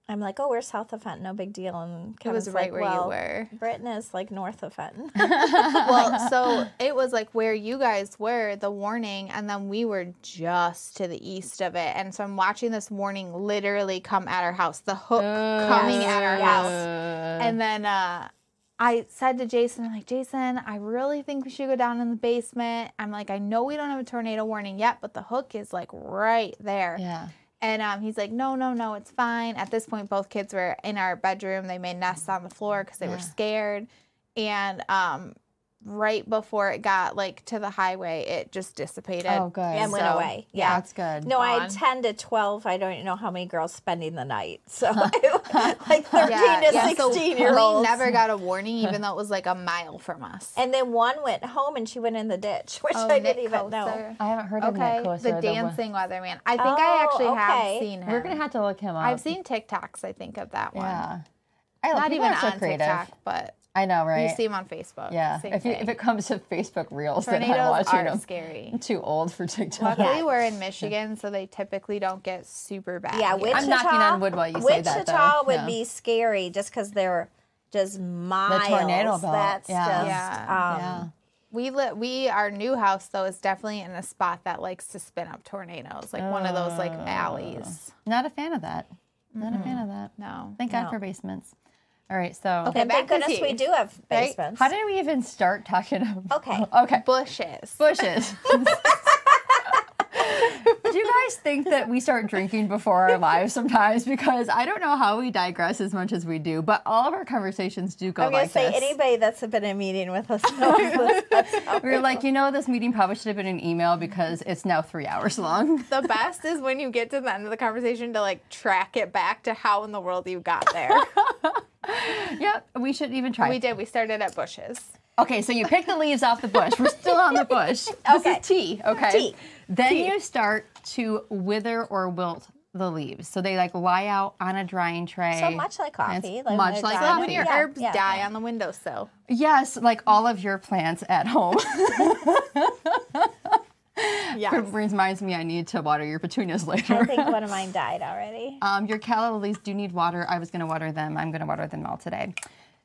Speaker 2: I'm like, oh, we're south of Fenton. No big deal. And
Speaker 3: It
Speaker 2: Kevin's
Speaker 3: was right
Speaker 2: like,
Speaker 3: where
Speaker 2: well,
Speaker 3: you were.
Speaker 2: Britain is like north of Fenton.
Speaker 3: well, so it was like where you guys were, the warning, and then we were just to the east of it. And so I'm watching this warning literally come at our house, the hook
Speaker 1: Oh,
Speaker 3: coming at our house.
Speaker 1: house.
Speaker 3: And then uh, I said to Jason, I'm like, Jason, I really think we should go down in the basement. I'm like, I know we don't have a tornado warning yet, but the hook is like right there.
Speaker 1: yeah.
Speaker 3: And um, he's like, no, no, no, it's fine. At this point, both kids were in our bedroom. They made nests on the floor because they
Speaker 1: Yeah.
Speaker 3: were scared. And um, right before it got like to the highway, it just dissipated.
Speaker 1: Oh good.
Speaker 2: And went
Speaker 3: So,
Speaker 2: away.
Speaker 3: yeah.
Speaker 1: That's good.
Speaker 2: No, I had
Speaker 3: Gone.
Speaker 2: 10 to 12. I don't know how many girls spending the night. So like 13 to 16 year
Speaker 3: We
Speaker 2: olds.
Speaker 3: never got a warning, even though it was like a mile from us.
Speaker 2: and then one went home and she went in the ditch, which
Speaker 3: Oh,
Speaker 2: I
Speaker 3: Nick
Speaker 2: didn't even know.
Speaker 3: Koser.
Speaker 1: I haven't heard of
Speaker 3: Okay,
Speaker 1: Nick Koser,
Speaker 3: the
Speaker 1: one-
Speaker 3: dancing weatherman. I think I
Speaker 2: Oh,
Speaker 3: actually
Speaker 2: okay.
Speaker 3: have seen him.
Speaker 1: We're gonna have to look him up.
Speaker 3: I've seen TikToks. I think of that one.
Speaker 1: Yeah. I love
Speaker 3: Not
Speaker 1: people
Speaker 3: even
Speaker 1: are so
Speaker 3: on
Speaker 1: creative.
Speaker 3: TikTok, but
Speaker 1: I know, right?
Speaker 3: you see him on Facebook.
Speaker 1: yeah.
Speaker 3: Same
Speaker 1: If, you, if
Speaker 3: thing.
Speaker 1: it comes to Facebook Reels, then I'm
Speaker 3: tornadoes
Speaker 1: watching
Speaker 3: are
Speaker 1: them.
Speaker 3: scary.
Speaker 1: I'm too old for TikTok.
Speaker 3: Luckily,
Speaker 2: Yeah.
Speaker 3: we're in Michigan, so they typically don't get super bad.
Speaker 2: Yeah,
Speaker 3: here.
Speaker 2: Wichita.
Speaker 1: I'm knocking on wood while you say that, though.
Speaker 2: Wichita would
Speaker 1: Yeah.
Speaker 2: be scary just because they're just miles.
Speaker 1: tornado belt,
Speaker 2: That's
Speaker 1: yeah.
Speaker 2: just.
Speaker 3: Yeah,
Speaker 2: Um,
Speaker 1: yeah.
Speaker 3: we li- we our new house though is definitely in a spot that likes to spin up tornadoes, like one of those like alleys.
Speaker 1: Not a fan of that. Not a fan of that.
Speaker 3: No,
Speaker 1: Thank God
Speaker 2: No.
Speaker 1: for basements. All right, so
Speaker 3: Okay.
Speaker 2: And thank
Speaker 3: Back to
Speaker 2: goodness
Speaker 3: tea.
Speaker 2: we do have
Speaker 3: Right?
Speaker 2: basements.
Speaker 1: how did we even start talking about
Speaker 2: Okay.
Speaker 1: Okay.
Speaker 3: bushes.
Speaker 1: Bushes. Do you guys think that we start drinking before our lives sometimes? Because I don't know how we digress as much as we do, but all of our conversations do go
Speaker 2: I'm gonna
Speaker 1: like
Speaker 2: say
Speaker 1: this.
Speaker 2: anybody that's been in a meeting with us knows this.
Speaker 1: we were like, you know, this meeting probably should have been an email because it's now three hours long.
Speaker 3: The best is when you get to the end of the conversation to like track it back to how in the world you got there.
Speaker 1: yep, we should even try.
Speaker 3: we did. We started at bushes.
Speaker 1: Okay, so you pick the leaves off the bush. We're still on the bush.
Speaker 2: Okay.
Speaker 1: This is tea, okay?
Speaker 2: Tea.
Speaker 1: Then you start to wither or wilt the leaves. So they like lie out on a drying tray.
Speaker 2: So much like coffee,
Speaker 1: It's
Speaker 2: like
Speaker 1: much
Speaker 2: with
Speaker 1: like
Speaker 2: drying-
Speaker 1: coffee.
Speaker 3: When your
Speaker 2: Yeah,
Speaker 3: herbs
Speaker 2: yeah.
Speaker 3: die on the windowsill.
Speaker 1: Yes, like all of your plants at home.
Speaker 3: Yeah.
Speaker 1: It reminds me I need to water your petunias
Speaker 2: I
Speaker 1: later.
Speaker 2: think one of mine died already.
Speaker 1: Um, your calla lilies do need water. I was going to water them. I'm going to water them all today.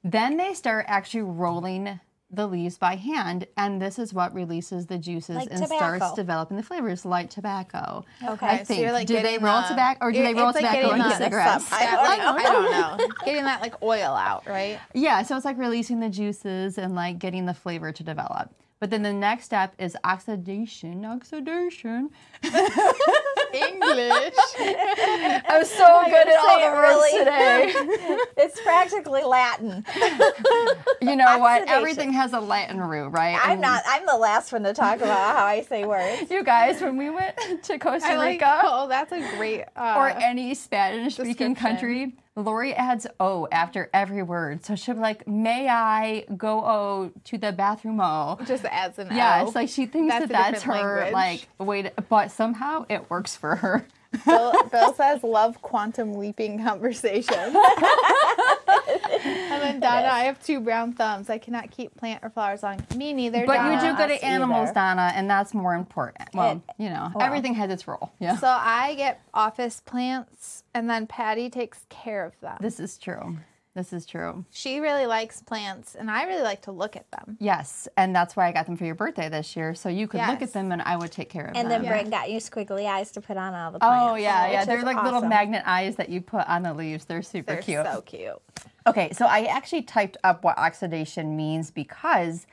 Speaker 1: Then they start actually rolling the leaves by hand, and this is what releases the juices
Speaker 2: Like
Speaker 1: and starts
Speaker 2: tobacco.
Speaker 1: developing the flavors, like tobacco.
Speaker 2: Okay,
Speaker 1: I
Speaker 3: so
Speaker 1: think.
Speaker 3: you're, like,
Speaker 1: do they
Speaker 3: getting
Speaker 1: roll
Speaker 3: the-
Speaker 1: tobacco, or do
Speaker 3: you're-
Speaker 1: they roll
Speaker 3: it's, like,
Speaker 1: tobacco
Speaker 3: getting
Speaker 1: into
Speaker 3: the-
Speaker 1: cigarettes?
Speaker 2: I
Speaker 3: That,
Speaker 2: don't
Speaker 3: like,
Speaker 2: know.
Speaker 3: I don't know. Getting that like oil out, right?
Speaker 1: Yeah, so it's like releasing the juices and like getting the flavor to develop. But then the next step is oxidation. Oxidation.
Speaker 3: English.
Speaker 1: I'm so good at all
Speaker 2: say
Speaker 1: the
Speaker 2: it
Speaker 1: words
Speaker 2: really.
Speaker 1: today.
Speaker 2: It's practically Latin.
Speaker 1: You know what?
Speaker 2: Oxidation.
Speaker 1: Everything has a Latin root, right?
Speaker 2: I'm
Speaker 1: And
Speaker 2: not. I'm the last one to talk about how I say words.
Speaker 1: You guys, when we went to Costa
Speaker 3: I like,
Speaker 1: Rica
Speaker 3: oh, that's a great. Uh,
Speaker 1: or any Spanish
Speaker 3: description.
Speaker 1: speaking country, Lori adds O after every word. So she'll be like, May I go O to the bathroom O?
Speaker 3: just adds an
Speaker 1: Yeah,
Speaker 3: O.
Speaker 1: it's like she thinks
Speaker 3: Oh, That's
Speaker 1: that
Speaker 3: a
Speaker 1: that's her
Speaker 3: different language.
Speaker 1: like way, to, but somehow it works for her.
Speaker 3: Bill, Bill says, love quantum leaping conversation. and then Donna, I have two brown thumbs. I cannot keep plant or flowers long. Me neither.
Speaker 1: But
Speaker 3: Donna.
Speaker 1: you do good at
Speaker 2: us
Speaker 1: animals,
Speaker 2: either.
Speaker 1: Donna, and that's more important. Well,
Speaker 2: It-
Speaker 1: you know, everything has its role. Yeah,
Speaker 3: Oh, So I get office plants, and then Patty takes care of them.
Speaker 1: this is true. This is true.
Speaker 3: she really likes plants, and I really like to look at them.
Speaker 1: Yes, and that's why I got them for your birthday this year, so you could look at
Speaker 3: Yes.
Speaker 1: them and I would take care of
Speaker 2: And
Speaker 1: them.
Speaker 2: then Brent got you squiggly eyes to put on all the plants.
Speaker 1: Oh yeah, yeah.
Speaker 2: which
Speaker 1: They're
Speaker 2: is
Speaker 1: like little
Speaker 2: awesome.
Speaker 1: magnet eyes that you put on the leaves. They're super
Speaker 3: They're
Speaker 1: cute.
Speaker 3: so cute.
Speaker 1: Okay, so I actually typed up what oxidation means because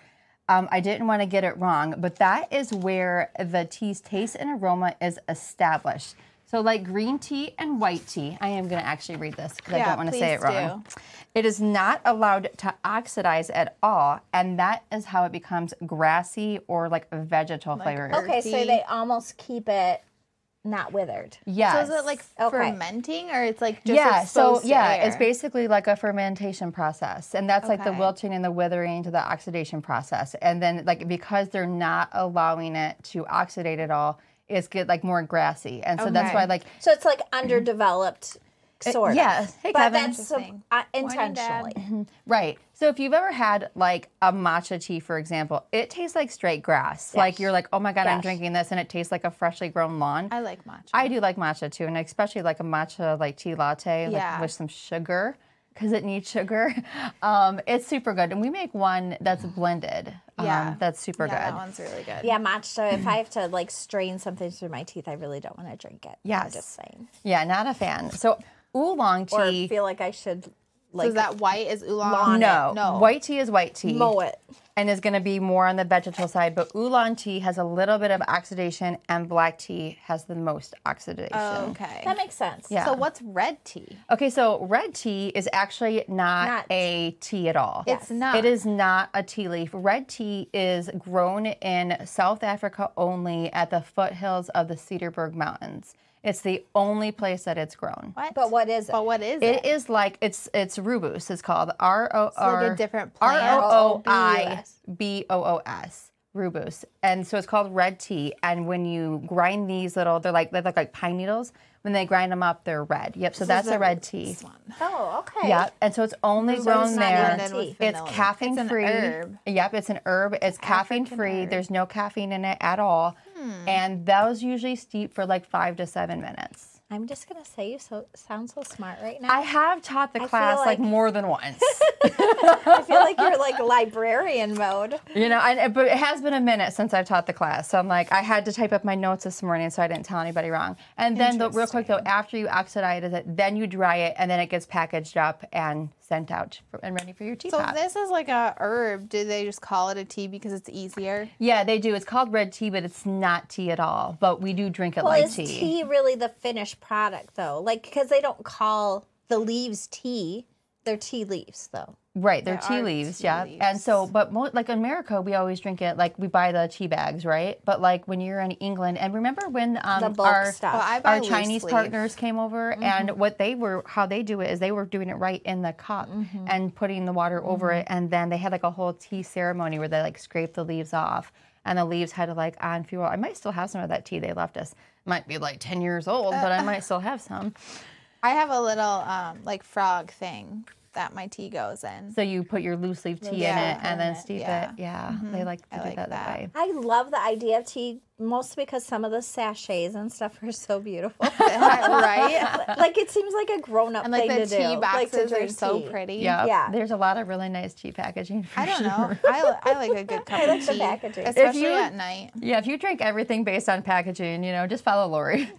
Speaker 1: um, I didn't want to get it wrong, but that is where the tea's taste and aroma is established. So, like green tea and white tea, I am going to actually read this because I
Speaker 3: Yeah,
Speaker 1: don't want to say it
Speaker 3: please
Speaker 1: wrong. It is not allowed to oxidize at all, and that is how it becomes grassy or like a vegetal flavor.
Speaker 2: Okay, so
Speaker 3: Earthy.
Speaker 2: they almost keep it not withered.
Speaker 1: Yes.
Speaker 3: So is it like
Speaker 2: Okay.
Speaker 3: fermenting or it's like just
Speaker 1: yeah, so
Speaker 3: exposed to
Speaker 1: yeah, it's
Speaker 3: air?
Speaker 1: basically like a fermentation process, and that's like the
Speaker 3: Okay.
Speaker 1: wilting and the withering to the oxidation process, and then like because they're not allowing it to oxidate at all, it's get like more grassy, and so that's
Speaker 3: Okay.
Speaker 1: why like
Speaker 2: So it's like underdeveloped, sort of.
Speaker 1: yes. Mm-hmm. Uh, Hey,
Speaker 2: but
Speaker 1: Kevin.
Speaker 2: that's so-
Speaker 3: Interesting.
Speaker 2: uh,
Speaker 3: Morning, Dad.
Speaker 2: intentionally.
Speaker 1: Mm-hmm. Right. So if you've ever had like a matcha tea, for example, it tastes like straight grass. Like you're like, oh my god, I'm
Speaker 2: Yes.
Speaker 1: drinking this, and it tastes like a freshly grown lawn.
Speaker 3: I like matcha.
Speaker 1: I do like matcha too, and especially like a matcha like tea latte
Speaker 3: Yeah.
Speaker 1: like, with some sugar because it needs sugar. Um, it's super good, and we make one that's blended. Um,
Speaker 3: Yeah.
Speaker 1: that's super
Speaker 3: yeah, that
Speaker 1: good.
Speaker 3: one's really good.
Speaker 2: Yeah, matcha. If I have to like strain something through my teeth, I really don't want to drink it. I'm
Speaker 1: Yes.
Speaker 2: just saying.
Speaker 1: Yeah, not a fan. So oolong
Speaker 2: Or
Speaker 1: tea.
Speaker 2: feel like I should
Speaker 3: So
Speaker 2: like
Speaker 3: is that white is oolong?
Speaker 2: Lawn.
Speaker 1: no,
Speaker 3: no.
Speaker 1: white tea is white tea.
Speaker 2: mow it.
Speaker 1: and is going to be more on the vegetal side. But oolong tea has a little bit of oxidation, and black tea has the most oxidation.
Speaker 3: Oh, okay.
Speaker 2: That makes sense.
Speaker 1: Yeah.
Speaker 3: So what's red tea?
Speaker 1: Okay, so red tea is actually not,
Speaker 2: Not-
Speaker 1: a tea at all.
Speaker 3: It's Yes. not.
Speaker 1: It is not a tea leaf. Red tea is grown in South Africa only at the foothills of the Cedarburg Mountains. It's the only place that it's grown.
Speaker 3: What?
Speaker 2: But what is it?
Speaker 3: But what is it?
Speaker 1: It is like it's it's rubus. It's called R O R.
Speaker 3: like a different plant.
Speaker 1: R O O I B O O S. Rubus, and so it's called red tea. And when you grind these little, they're like they look like pine needles. When they grind them up, they're red. Yep. So that's a red tea.
Speaker 3: This one.
Speaker 2: Oh, okay.
Speaker 1: Yeah, and so it's only grown
Speaker 2: it's not
Speaker 1: there.
Speaker 2: even a tea.
Speaker 1: It's caffeine free.
Speaker 3: herb.
Speaker 1: Yep, it's an herb. It's caffeine free. There's no caffeine in it at all, and those usually steep for like five to seven minutes.
Speaker 2: I'm just gonna say you so sound so smart right now.
Speaker 1: I have taught the
Speaker 2: feel
Speaker 1: class like
Speaker 2: like-
Speaker 1: more than once.
Speaker 2: I feel like you're like librarian mode.
Speaker 1: You know, and but it has been a minute since I've taught the class, so I'm like, I had to type up my notes this morning, so I didn't tell anybody wrong. And then, the, real quick though, after you oxidize it, then you dry it, and then it gets packaged up and sent out for, and ready for your tea
Speaker 3: So
Speaker 1: pot.
Speaker 3: this is like a herb. Do they just call it a tea because it's easier?
Speaker 1: yeah, they do. It's called red tea, but it's not tea at all. But we do drink it
Speaker 2: Well,
Speaker 1: like
Speaker 2: is tea. really the finished product though? Like because they don't call the leaves tea; they're tea leaves though.
Speaker 1: Right, they're
Speaker 3: There
Speaker 1: tea
Speaker 3: are
Speaker 1: leaves,
Speaker 3: tea
Speaker 1: yeah. And so, but mo- like in America, we always drink it like we buy the tea bags, right? But like when you're in England, and remember when um,
Speaker 2: The bulk
Speaker 1: our
Speaker 2: stuff.
Speaker 3: Oh, I buy
Speaker 1: our
Speaker 3: loose Mm-hmm.
Speaker 1: Chinese
Speaker 3: leaf.
Speaker 1: partners came over, and what they were, how they do it is they were doing it right in the cup
Speaker 3: Mm-hmm.
Speaker 1: and putting the water over it, and then they had like a whole tea ceremony where they like scraped the leaves off, and the leaves had to like on fuel. I might still have some of that tea they left us. Might be like ten years old, but I might still have some.
Speaker 3: I have a little um, like frog thing that my tea goes in.
Speaker 1: So you put your loose leaf tea
Speaker 3: Yeah,
Speaker 1: in it, and then
Speaker 2: in it,
Speaker 1: steep
Speaker 3: yeah. Mm-hmm.
Speaker 1: it. Yeah, they like to
Speaker 3: I
Speaker 1: do
Speaker 3: like
Speaker 1: that that
Speaker 3: that.
Speaker 1: way.
Speaker 2: I love the idea of tea, mostly because some of the sachets and stuff are so beautiful.
Speaker 3: right?
Speaker 2: like it seems like a grown up
Speaker 3: And like
Speaker 2: thing
Speaker 3: the
Speaker 2: to
Speaker 3: tea
Speaker 2: do. like, to
Speaker 3: boxes are
Speaker 2: drink
Speaker 3: so
Speaker 2: tea.
Speaker 3: pretty.
Speaker 1: Yeah.
Speaker 2: Yeah.
Speaker 1: There's a lot of really nice tea packaging. For
Speaker 3: I don't
Speaker 1: sure.
Speaker 3: know. I, li- I like a good cup of
Speaker 2: the
Speaker 3: tea,
Speaker 2: packaging. If
Speaker 3: especially
Speaker 1: you-
Speaker 3: at night.
Speaker 1: Yeah, if you drink everything based on packaging, you know, just follow Lori.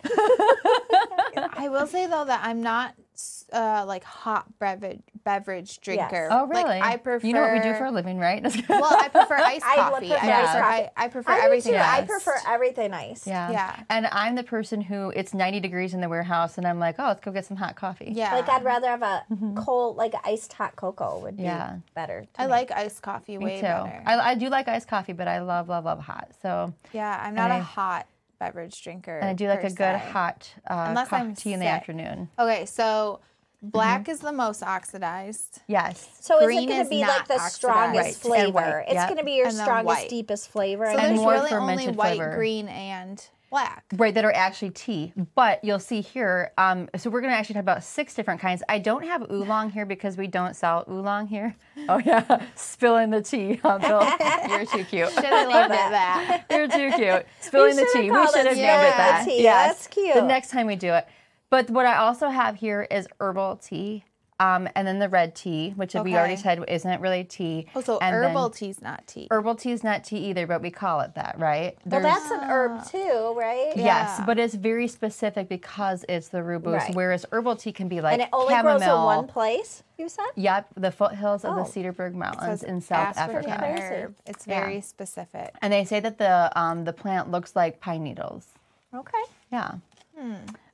Speaker 3: I will say though that I'm not s- uh, like hot beverage beverage drinker.
Speaker 1: Oh, really?
Speaker 3: Like, I prefer.
Speaker 1: You know what we do for a living, right?
Speaker 3: Well, I prefer iced
Speaker 2: I would
Speaker 3: coffee. I
Speaker 2: prefer
Speaker 1: iced
Speaker 3: prefer,
Speaker 2: coffee.
Speaker 3: I, I prefer
Speaker 2: I do,
Speaker 3: everything.
Speaker 2: too. I
Speaker 3: iced.
Speaker 2: prefer everything iced.
Speaker 1: yeah.
Speaker 3: Yeah.
Speaker 1: And I'm the person who it's 90 degrees in the warehouse, and I'm like, oh, let's go get some hot coffee.
Speaker 3: Yeah.
Speaker 2: Like I'd rather have a
Speaker 3: Mm-hmm.
Speaker 2: cold, like iced hot cocoa would be
Speaker 1: Yeah.
Speaker 2: better. to
Speaker 3: I
Speaker 2: me.
Speaker 3: like iced coffee way
Speaker 1: Me too.
Speaker 3: better.
Speaker 1: I, I do like iced coffee, but I love, love, love hot. So,
Speaker 3: yeah, I'm not a
Speaker 1: I-
Speaker 3: hot beverage drinker.
Speaker 1: and I do like
Speaker 3: per
Speaker 1: a good
Speaker 3: se.
Speaker 1: hot uh,
Speaker 3: Unless
Speaker 1: co-
Speaker 3: I'm
Speaker 1: tea in the
Speaker 3: sick.
Speaker 1: afternoon.
Speaker 3: Okay, so
Speaker 1: Mm-hmm.
Speaker 3: black is the most oxidized.
Speaker 1: Yes.
Speaker 2: So is it
Speaker 3: green
Speaker 2: going
Speaker 3: is
Speaker 2: to be
Speaker 3: not
Speaker 2: like the
Speaker 3: oxidized.
Speaker 2: strongest
Speaker 3: Right, and
Speaker 2: flavor?
Speaker 1: white,
Speaker 2: It's
Speaker 1: yeah.
Speaker 2: going to be your
Speaker 3: And then
Speaker 2: strongest,
Speaker 3: white.
Speaker 2: deepest flavor.
Speaker 3: So
Speaker 2: and I
Speaker 3: there's
Speaker 2: think
Speaker 1: more
Speaker 3: really only
Speaker 1: fermented
Speaker 3: white,
Speaker 1: flavor.
Speaker 3: green, and black.
Speaker 1: Right, that are actually tea. But you'll see here, um, so we're going to actually talk about six different kinds. I don't have oolong here because we don't sell oolong here. Oh, yeah. Spilling the tea, huh, Bill? You're too cute.
Speaker 3: Should have named it that.
Speaker 1: You're too cute. Spilling the
Speaker 2: should've
Speaker 1: tea. We
Speaker 2: called
Speaker 1: should have
Speaker 2: it
Speaker 1: named it
Speaker 3: spilling the
Speaker 1: that.
Speaker 2: tea. That's cute.
Speaker 1: The next time we do it. But what I also have here is herbal tea. Um, and then the red tea, which we already
Speaker 3: Okay.
Speaker 1: said isn't really tea.
Speaker 3: Oh, so
Speaker 1: and then-
Speaker 3: herbal tea's not tea.
Speaker 1: Herbal tea is not tea either, but we call it that, right?
Speaker 2: well,
Speaker 1: There's-
Speaker 2: that's an herb too, right?
Speaker 1: Yes,
Speaker 3: Yeah.
Speaker 1: but it's very specific because it's the rubus,
Speaker 2: Right.
Speaker 1: whereas herbal tea can be like
Speaker 2: And it only
Speaker 1: chamomile.
Speaker 2: grows in one place. You said.
Speaker 1: Yep, the foothills of the
Speaker 2: Oh.
Speaker 1: Cedarburg
Speaker 3: It's
Speaker 1: Mountains in South
Speaker 3: African
Speaker 1: Africa.
Speaker 2: Crazy.
Speaker 3: herb. It's
Speaker 1: Yeah.
Speaker 3: very specific.
Speaker 1: And they say that the um, the plant looks like pine needles.
Speaker 2: Okay.
Speaker 1: Yeah.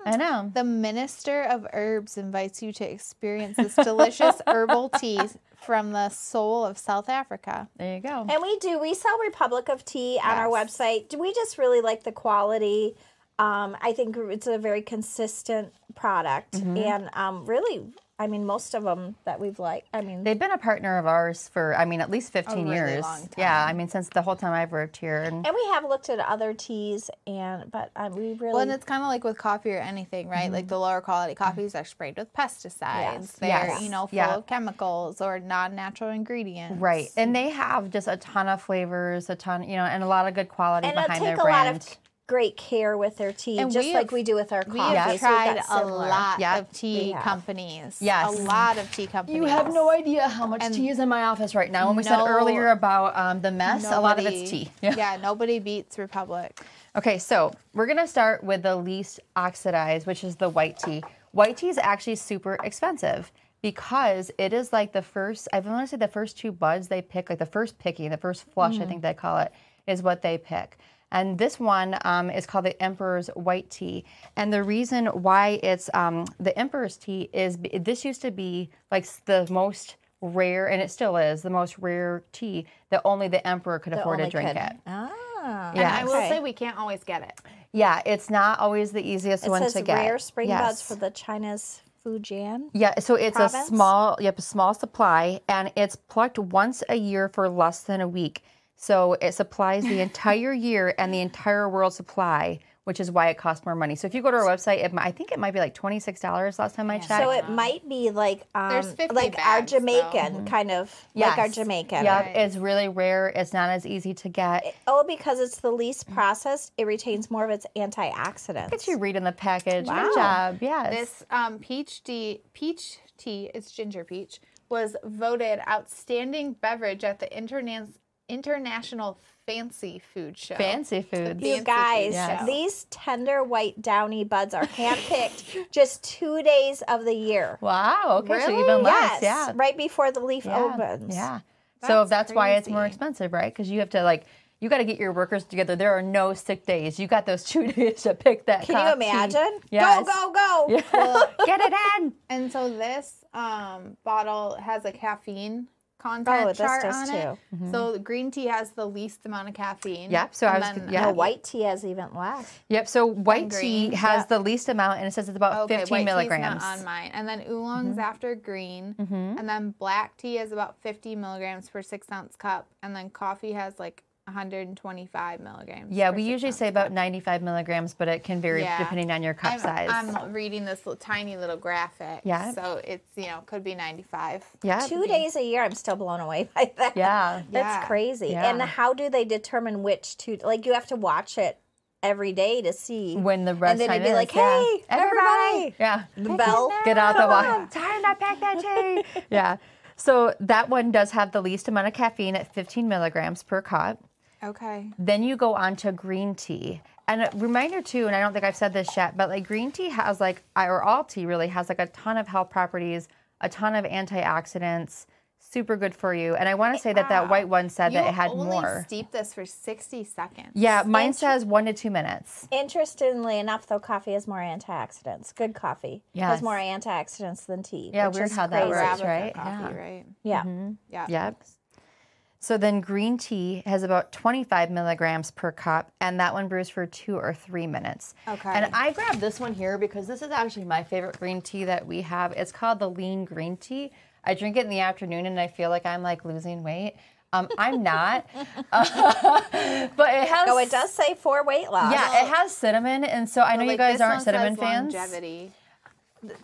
Speaker 1: I know.
Speaker 3: The Minister of Herbs invites you to experience this delicious herbal tea from the soul of South Africa.
Speaker 1: There you go.
Speaker 2: And we do. We sell Republic of Tea on our
Speaker 3: Yes.
Speaker 2: website. Do we just really like the quality Um, I think it's a very consistent product,
Speaker 3: Mm-hmm.
Speaker 2: and um, really, I mean, most of them that we've liked. I mean,
Speaker 1: They've been a partner of ours for, I mean, at least 15
Speaker 3: really
Speaker 1: years.
Speaker 3: long time.
Speaker 1: Yeah, I mean, since the whole time I've worked here. And
Speaker 2: and we have looked at other teas, and but um, we really
Speaker 3: Well, and it's kind of like with coffee or anything, right? Like the lower quality coffees are sprayed with pesticides.
Speaker 2: Yes.
Speaker 3: They're,
Speaker 1: Mm-hmm. Yes.
Speaker 3: you know, full
Speaker 1: Yeah.
Speaker 3: of chemicals or non-natural ingredients.
Speaker 1: right, and they have just a ton of flavors, a ton, you know, and a lot of good quality
Speaker 2: and
Speaker 1: behind
Speaker 2: they take
Speaker 1: their
Speaker 2: a lot
Speaker 1: brand.
Speaker 2: of great care with their tea,
Speaker 3: And
Speaker 2: just
Speaker 3: we
Speaker 2: like
Speaker 3: have-
Speaker 2: we do with our
Speaker 3: We
Speaker 2: coffee.
Speaker 3: have
Speaker 2: so we've got
Speaker 3: tried a
Speaker 2: similar.
Speaker 3: lot
Speaker 1: Yeah.
Speaker 3: of tea
Speaker 2: have.
Speaker 3: companies.
Speaker 1: Yes.
Speaker 3: A lot of tea companies.
Speaker 1: You have no idea how much tea is in my office right now. When we said
Speaker 3: No-
Speaker 1: earlier about um, the mess, a lot of
Speaker 3: Nobody-
Speaker 1: it's tea.
Speaker 3: Yeah. nobody beats Republic.
Speaker 1: Okay, so we're gonna start with the least oxidized, which is the white tea. White tea is actually super expensive because it is like the first. I want to say the first two buds they pick, like the first picking, the first flush.
Speaker 2: Mm.
Speaker 1: I think they call it is what they pick. And this one um, is called the Emperor's White Tea. And the reason why it's um, the Emperor's Tea is b- this used to be like s- the most rare, and it still is the most rare tea that only the Emperor could afford to
Speaker 2: only
Speaker 1: drink
Speaker 2: could.
Speaker 1: it.
Speaker 2: Ah,
Speaker 1: Yeah.
Speaker 3: I will
Speaker 2: Okay.
Speaker 3: say we can't always get it.
Speaker 1: Yeah, it's not always the easiest
Speaker 2: It
Speaker 1: one
Speaker 2: says
Speaker 1: to get.
Speaker 2: rare spring buds
Speaker 1: Yes.
Speaker 2: for the China's Fujian.
Speaker 1: Yeah, so it's
Speaker 2: province?
Speaker 1: a small, yep, a small supply, and it's plucked once a year for less than a week. So it supplies the entire year and the entire world supply, which is why it costs more money. So if you go to our website, it, mi- I think it might be like twenty six dollars last time I checked.
Speaker 2: So it might be like um,
Speaker 3: There's 50
Speaker 2: like our
Speaker 3: bags, though.
Speaker 2: Jamaican kind of like our
Speaker 1: Mm-hmm. Yes.
Speaker 2: Jamaican.
Speaker 1: yeah,
Speaker 3: Right.
Speaker 1: it's really rare. It's not as easy to get.
Speaker 2: Oh, because it's the least processed, it retains more of its antioxidants.
Speaker 1: Did you read in the package?
Speaker 3: Wow.
Speaker 1: Good job. Yes.
Speaker 3: This um, peach tea, peach tea, it's ginger peach, was voted outstanding beverage at the interna- international fancy food show.
Speaker 1: fancy foods.
Speaker 2: You
Speaker 3: fancy
Speaker 2: guys,
Speaker 3: food
Speaker 1: Yes.
Speaker 2: these tender white downy buds are handpicked just two days of the year.
Speaker 1: Wow. Okay. So
Speaker 3: Really?
Speaker 1: even
Speaker 2: yes,
Speaker 1: less. Yeah.
Speaker 2: right before the leaf
Speaker 1: Yeah.
Speaker 2: opens.
Speaker 1: Yeah. so
Speaker 3: That's
Speaker 1: that's why it's more
Speaker 3: crazy.
Speaker 1: expensive, right? Because you have to like you got to get your workers together. There are no sick days. You got those two days to pick that.
Speaker 2: Can you
Speaker 1: top tea.
Speaker 2: imagine?
Speaker 1: Yes.
Speaker 2: Go, go, go.
Speaker 3: Well,
Speaker 1: Get it in.
Speaker 3: and so this um, bottle has a caffeine
Speaker 2: Oh,
Speaker 3: content
Speaker 2: this
Speaker 3: chart
Speaker 2: does
Speaker 3: on it. So the green tea has the least amount of caffeine.
Speaker 1: Mm-hmm. Yep, so I was con- yeah.
Speaker 2: The white tea has even less.
Speaker 1: Yep. So white
Speaker 3: green.
Speaker 1: tea has the least amount, and it says it's about
Speaker 3: Okay,
Speaker 1: 15
Speaker 3: white
Speaker 1: milligrams. Mm-hmm.
Speaker 3: tea's not on mine. And then oolong's after green. And then black tea is about 50 milligrams per six ounce cup. And then coffee has like 125 milligrams.
Speaker 1: yeah,
Speaker 3: per
Speaker 1: we
Speaker 3: six
Speaker 1: usually
Speaker 3: ounce
Speaker 1: say
Speaker 3: cup.
Speaker 1: about 95 milligrams, but it can vary
Speaker 3: Yeah.
Speaker 1: depending on your cup
Speaker 3: I'm,
Speaker 1: size.
Speaker 3: I'm reading this little, tiny little graphic.
Speaker 1: Yeah.
Speaker 3: So it's, you know, could be 95.
Speaker 1: yeah.
Speaker 2: Two days a year, I'm still blown away by that.
Speaker 1: Yeah.
Speaker 2: That's
Speaker 3: Yeah.
Speaker 2: crazy.
Speaker 1: Yeah.
Speaker 2: And how do they determine which two? Like, you have to watch it every day to see.
Speaker 1: When the rest
Speaker 2: And then
Speaker 1: time
Speaker 2: it'd be
Speaker 1: is,
Speaker 2: like,
Speaker 1: yeah.
Speaker 2: hey, everybody.
Speaker 1: Yeah.
Speaker 2: The bell.
Speaker 1: Get out the water. Time to pack that tea. yeah. So that one does have the least amount of caffeine at 15 milligrams per cup.
Speaker 3: Okay.
Speaker 1: Then you go on to green tea. And a reminder too, and I don't think I've said this yet, but like green tea has like, or all tea really has like a ton of health properties, a ton of antioxidants, super good for you. And I want to say that that white one said that
Speaker 3: You
Speaker 1: it had
Speaker 3: only
Speaker 1: more.
Speaker 3: steep this for 60 seconds.
Speaker 1: yeah, mine
Speaker 2: Inter-
Speaker 1: says one to two minutes.
Speaker 2: Interestingly enough, though, coffee has more antioxidants. Good coffee has
Speaker 1: Yes.
Speaker 2: more antioxidants than tea.
Speaker 1: Yeah,
Speaker 2: which
Speaker 1: weird
Speaker 2: is
Speaker 1: how that
Speaker 2: crazy.
Speaker 1: works. Mm-hmm.
Speaker 3: Arabica
Speaker 1: right?
Speaker 3: Coffee,
Speaker 1: Yeah.
Speaker 3: right?
Speaker 2: Yeah.
Speaker 3: Yeah.
Speaker 1: Yep. Uh, So then green tea has about 25 milligrams per cup, and that one brews for two or three minutes.
Speaker 3: Okay.
Speaker 1: And I grabbed this one here because this is actually my favorite green tea that we have. It's called the lean green tea. I drink it in the afternoon and I feel like I'm like losing weight. Um, I'm not. but it has
Speaker 2: Oh, it does say for weight loss.
Speaker 1: Yeah, it has cinnamon, and so I know you
Speaker 3: Like,
Speaker 1: guys
Speaker 3: this
Speaker 1: aren't
Speaker 3: one
Speaker 1: cinnamon
Speaker 3: says
Speaker 1: fans.
Speaker 3: Longevity.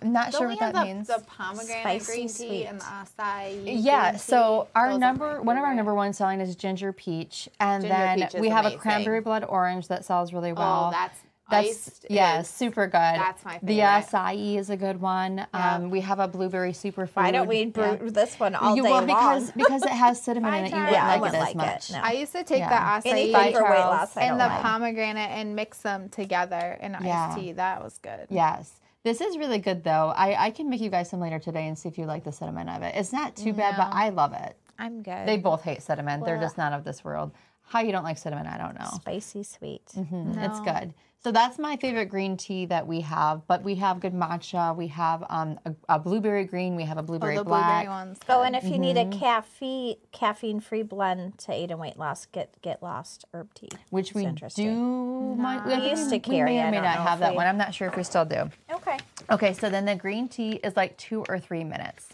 Speaker 1: I'm not
Speaker 3: Don't
Speaker 1: sure
Speaker 3: we
Speaker 1: what
Speaker 3: have
Speaker 1: that
Speaker 3: the,
Speaker 1: means.
Speaker 3: The pomegranate
Speaker 2: Spicy
Speaker 3: green tea
Speaker 2: sweet.
Speaker 3: and the acai. green
Speaker 1: Yeah,
Speaker 3: tea?
Speaker 1: so our
Speaker 3: Those are my
Speaker 1: number one of our
Speaker 3: favorite.
Speaker 1: number one selling is ginger peach, and
Speaker 3: Ginger
Speaker 1: then
Speaker 3: peach is
Speaker 1: we have
Speaker 3: amazing. Oh,
Speaker 1: a cranberry blood orange that sells really well.
Speaker 3: that's
Speaker 1: that's
Speaker 3: iced
Speaker 1: yeah,
Speaker 3: is-
Speaker 1: super good.
Speaker 3: that's my
Speaker 1: The
Speaker 3: favorite.
Speaker 1: acai is a good one. Um, we have a blueberry superfood.
Speaker 2: Why don't we brew
Speaker 1: Yeah.
Speaker 2: this one all
Speaker 1: you,
Speaker 2: day
Speaker 1: well,
Speaker 2: long?
Speaker 1: because because it has cinnamon in it, you
Speaker 3: Fine,
Speaker 1: wouldn't
Speaker 3: Yeah, I
Speaker 1: like it
Speaker 2: wouldn't
Speaker 1: as
Speaker 2: like it,
Speaker 1: much.
Speaker 2: no.
Speaker 3: I used to take
Speaker 1: Yeah.
Speaker 3: the
Speaker 2: Anything
Speaker 3: acai
Speaker 2: for weight
Speaker 3: Charles,
Speaker 2: loss, I
Speaker 3: and
Speaker 2: don't
Speaker 3: the
Speaker 2: like.
Speaker 3: pomegranate and mix them together in
Speaker 1: Yeah.
Speaker 3: iced tea. That was good.
Speaker 1: Yes. This is really good though. I, I can make you guys some later today and see if you like the cinnamon of it. It's not too bad, but I love it.
Speaker 3: I'm good.
Speaker 1: They both hate cinnamon. They're just not of this world. How you don't like cinnamon, I don't know.
Speaker 2: Spicy sweet.
Speaker 1: Mhm, It's
Speaker 3: No.
Speaker 1: good. So that's my favorite green tea that we have. But we have good matcha. We have um, a, a blueberry green. We have a
Speaker 3: Oh,
Speaker 1: blueberry
Speaker 3: the
Speaker 1: black.
Speaker 3: blueberry ones.
Speaker 2: Oh, and if you need
Speaker 3: Mm-hmm.
Speaker 2: a caffeine caffeine free blend to aid in weight loss, get get lost herb tea.
Speaker 1: which we
Speaker 2: interesting.
Speaker 1: do. Might,
Speaker 3: We
Speaker 1: I think
Speaker 2: used to
Speaker 1: We
Speaker 2: carry,
Speaker 1: may
Speaker 2: I
Speaker 1: or may
Speaker 2: don't
Speaker 1: not
Speaker 2: know
Speaker 1: have
Speaker 2: if
Speaker 1: that
Speaker 2: we-
Speaker 1: one. I'm not sure if we still do.
Speaker 2: Okay.
Speaker 1: Okay, so then the green tea is like two or three minutes.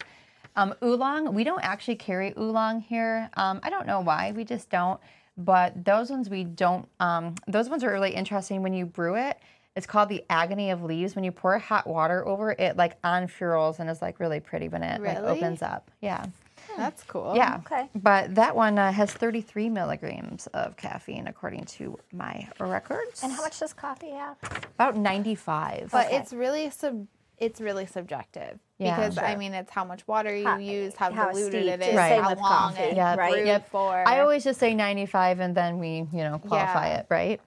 Speaker 1: Um, oolong, we don't actually carry oolong here. Um, I don't know why, we just don't. But those ones we don't, um, those ones are really interesting when you brew it. It's called the agony of leaves. When you pour hot water over it, it like on furls and is like really pretty when it like
Speaker 3: Really?
Speaker 1: opens up. Yeah.
Speaker 3: That's cool.
Speaker 1: Yeah.
Speaker 2: Oh, okay.
Speaker 1: But that one uh, has 33 milligrams of caffeine according to my records.
Speaker 2: And how much does coffee have?
Speaker 1: About 95.
Speaker 3: But
Speaker 2: Okay.
Speaker 3: it's really sub it's really subjective
Speaker 1: Yeah.
Speaker 3: because I
Speaker 2: Sure.
Speaker 3: mean it's how much water you
Speaker 2: How-
Speaker 3: use, how,
Speaker 2: how
Speaker 3: diluted
Speaker 2: steeped
Speaker 3: it
Speaker 2: it
Speaker 3: is,
Speaker 2: is,
Speaker 1: same
Speaker 3: how
Speaker 2: with
Speaker 3: long
Speaker 2: coffee,
Speaker 3: it
Speaker 1: Yeah,
Speaker 3: brewed
Speaker 2: right?
Speaker 1: Yep.
Speaker 3: for.
Speaker 1: I always just say 95 and then we, you know, qualify
Speaker 3: Yeah.
Speaker 1: it, right?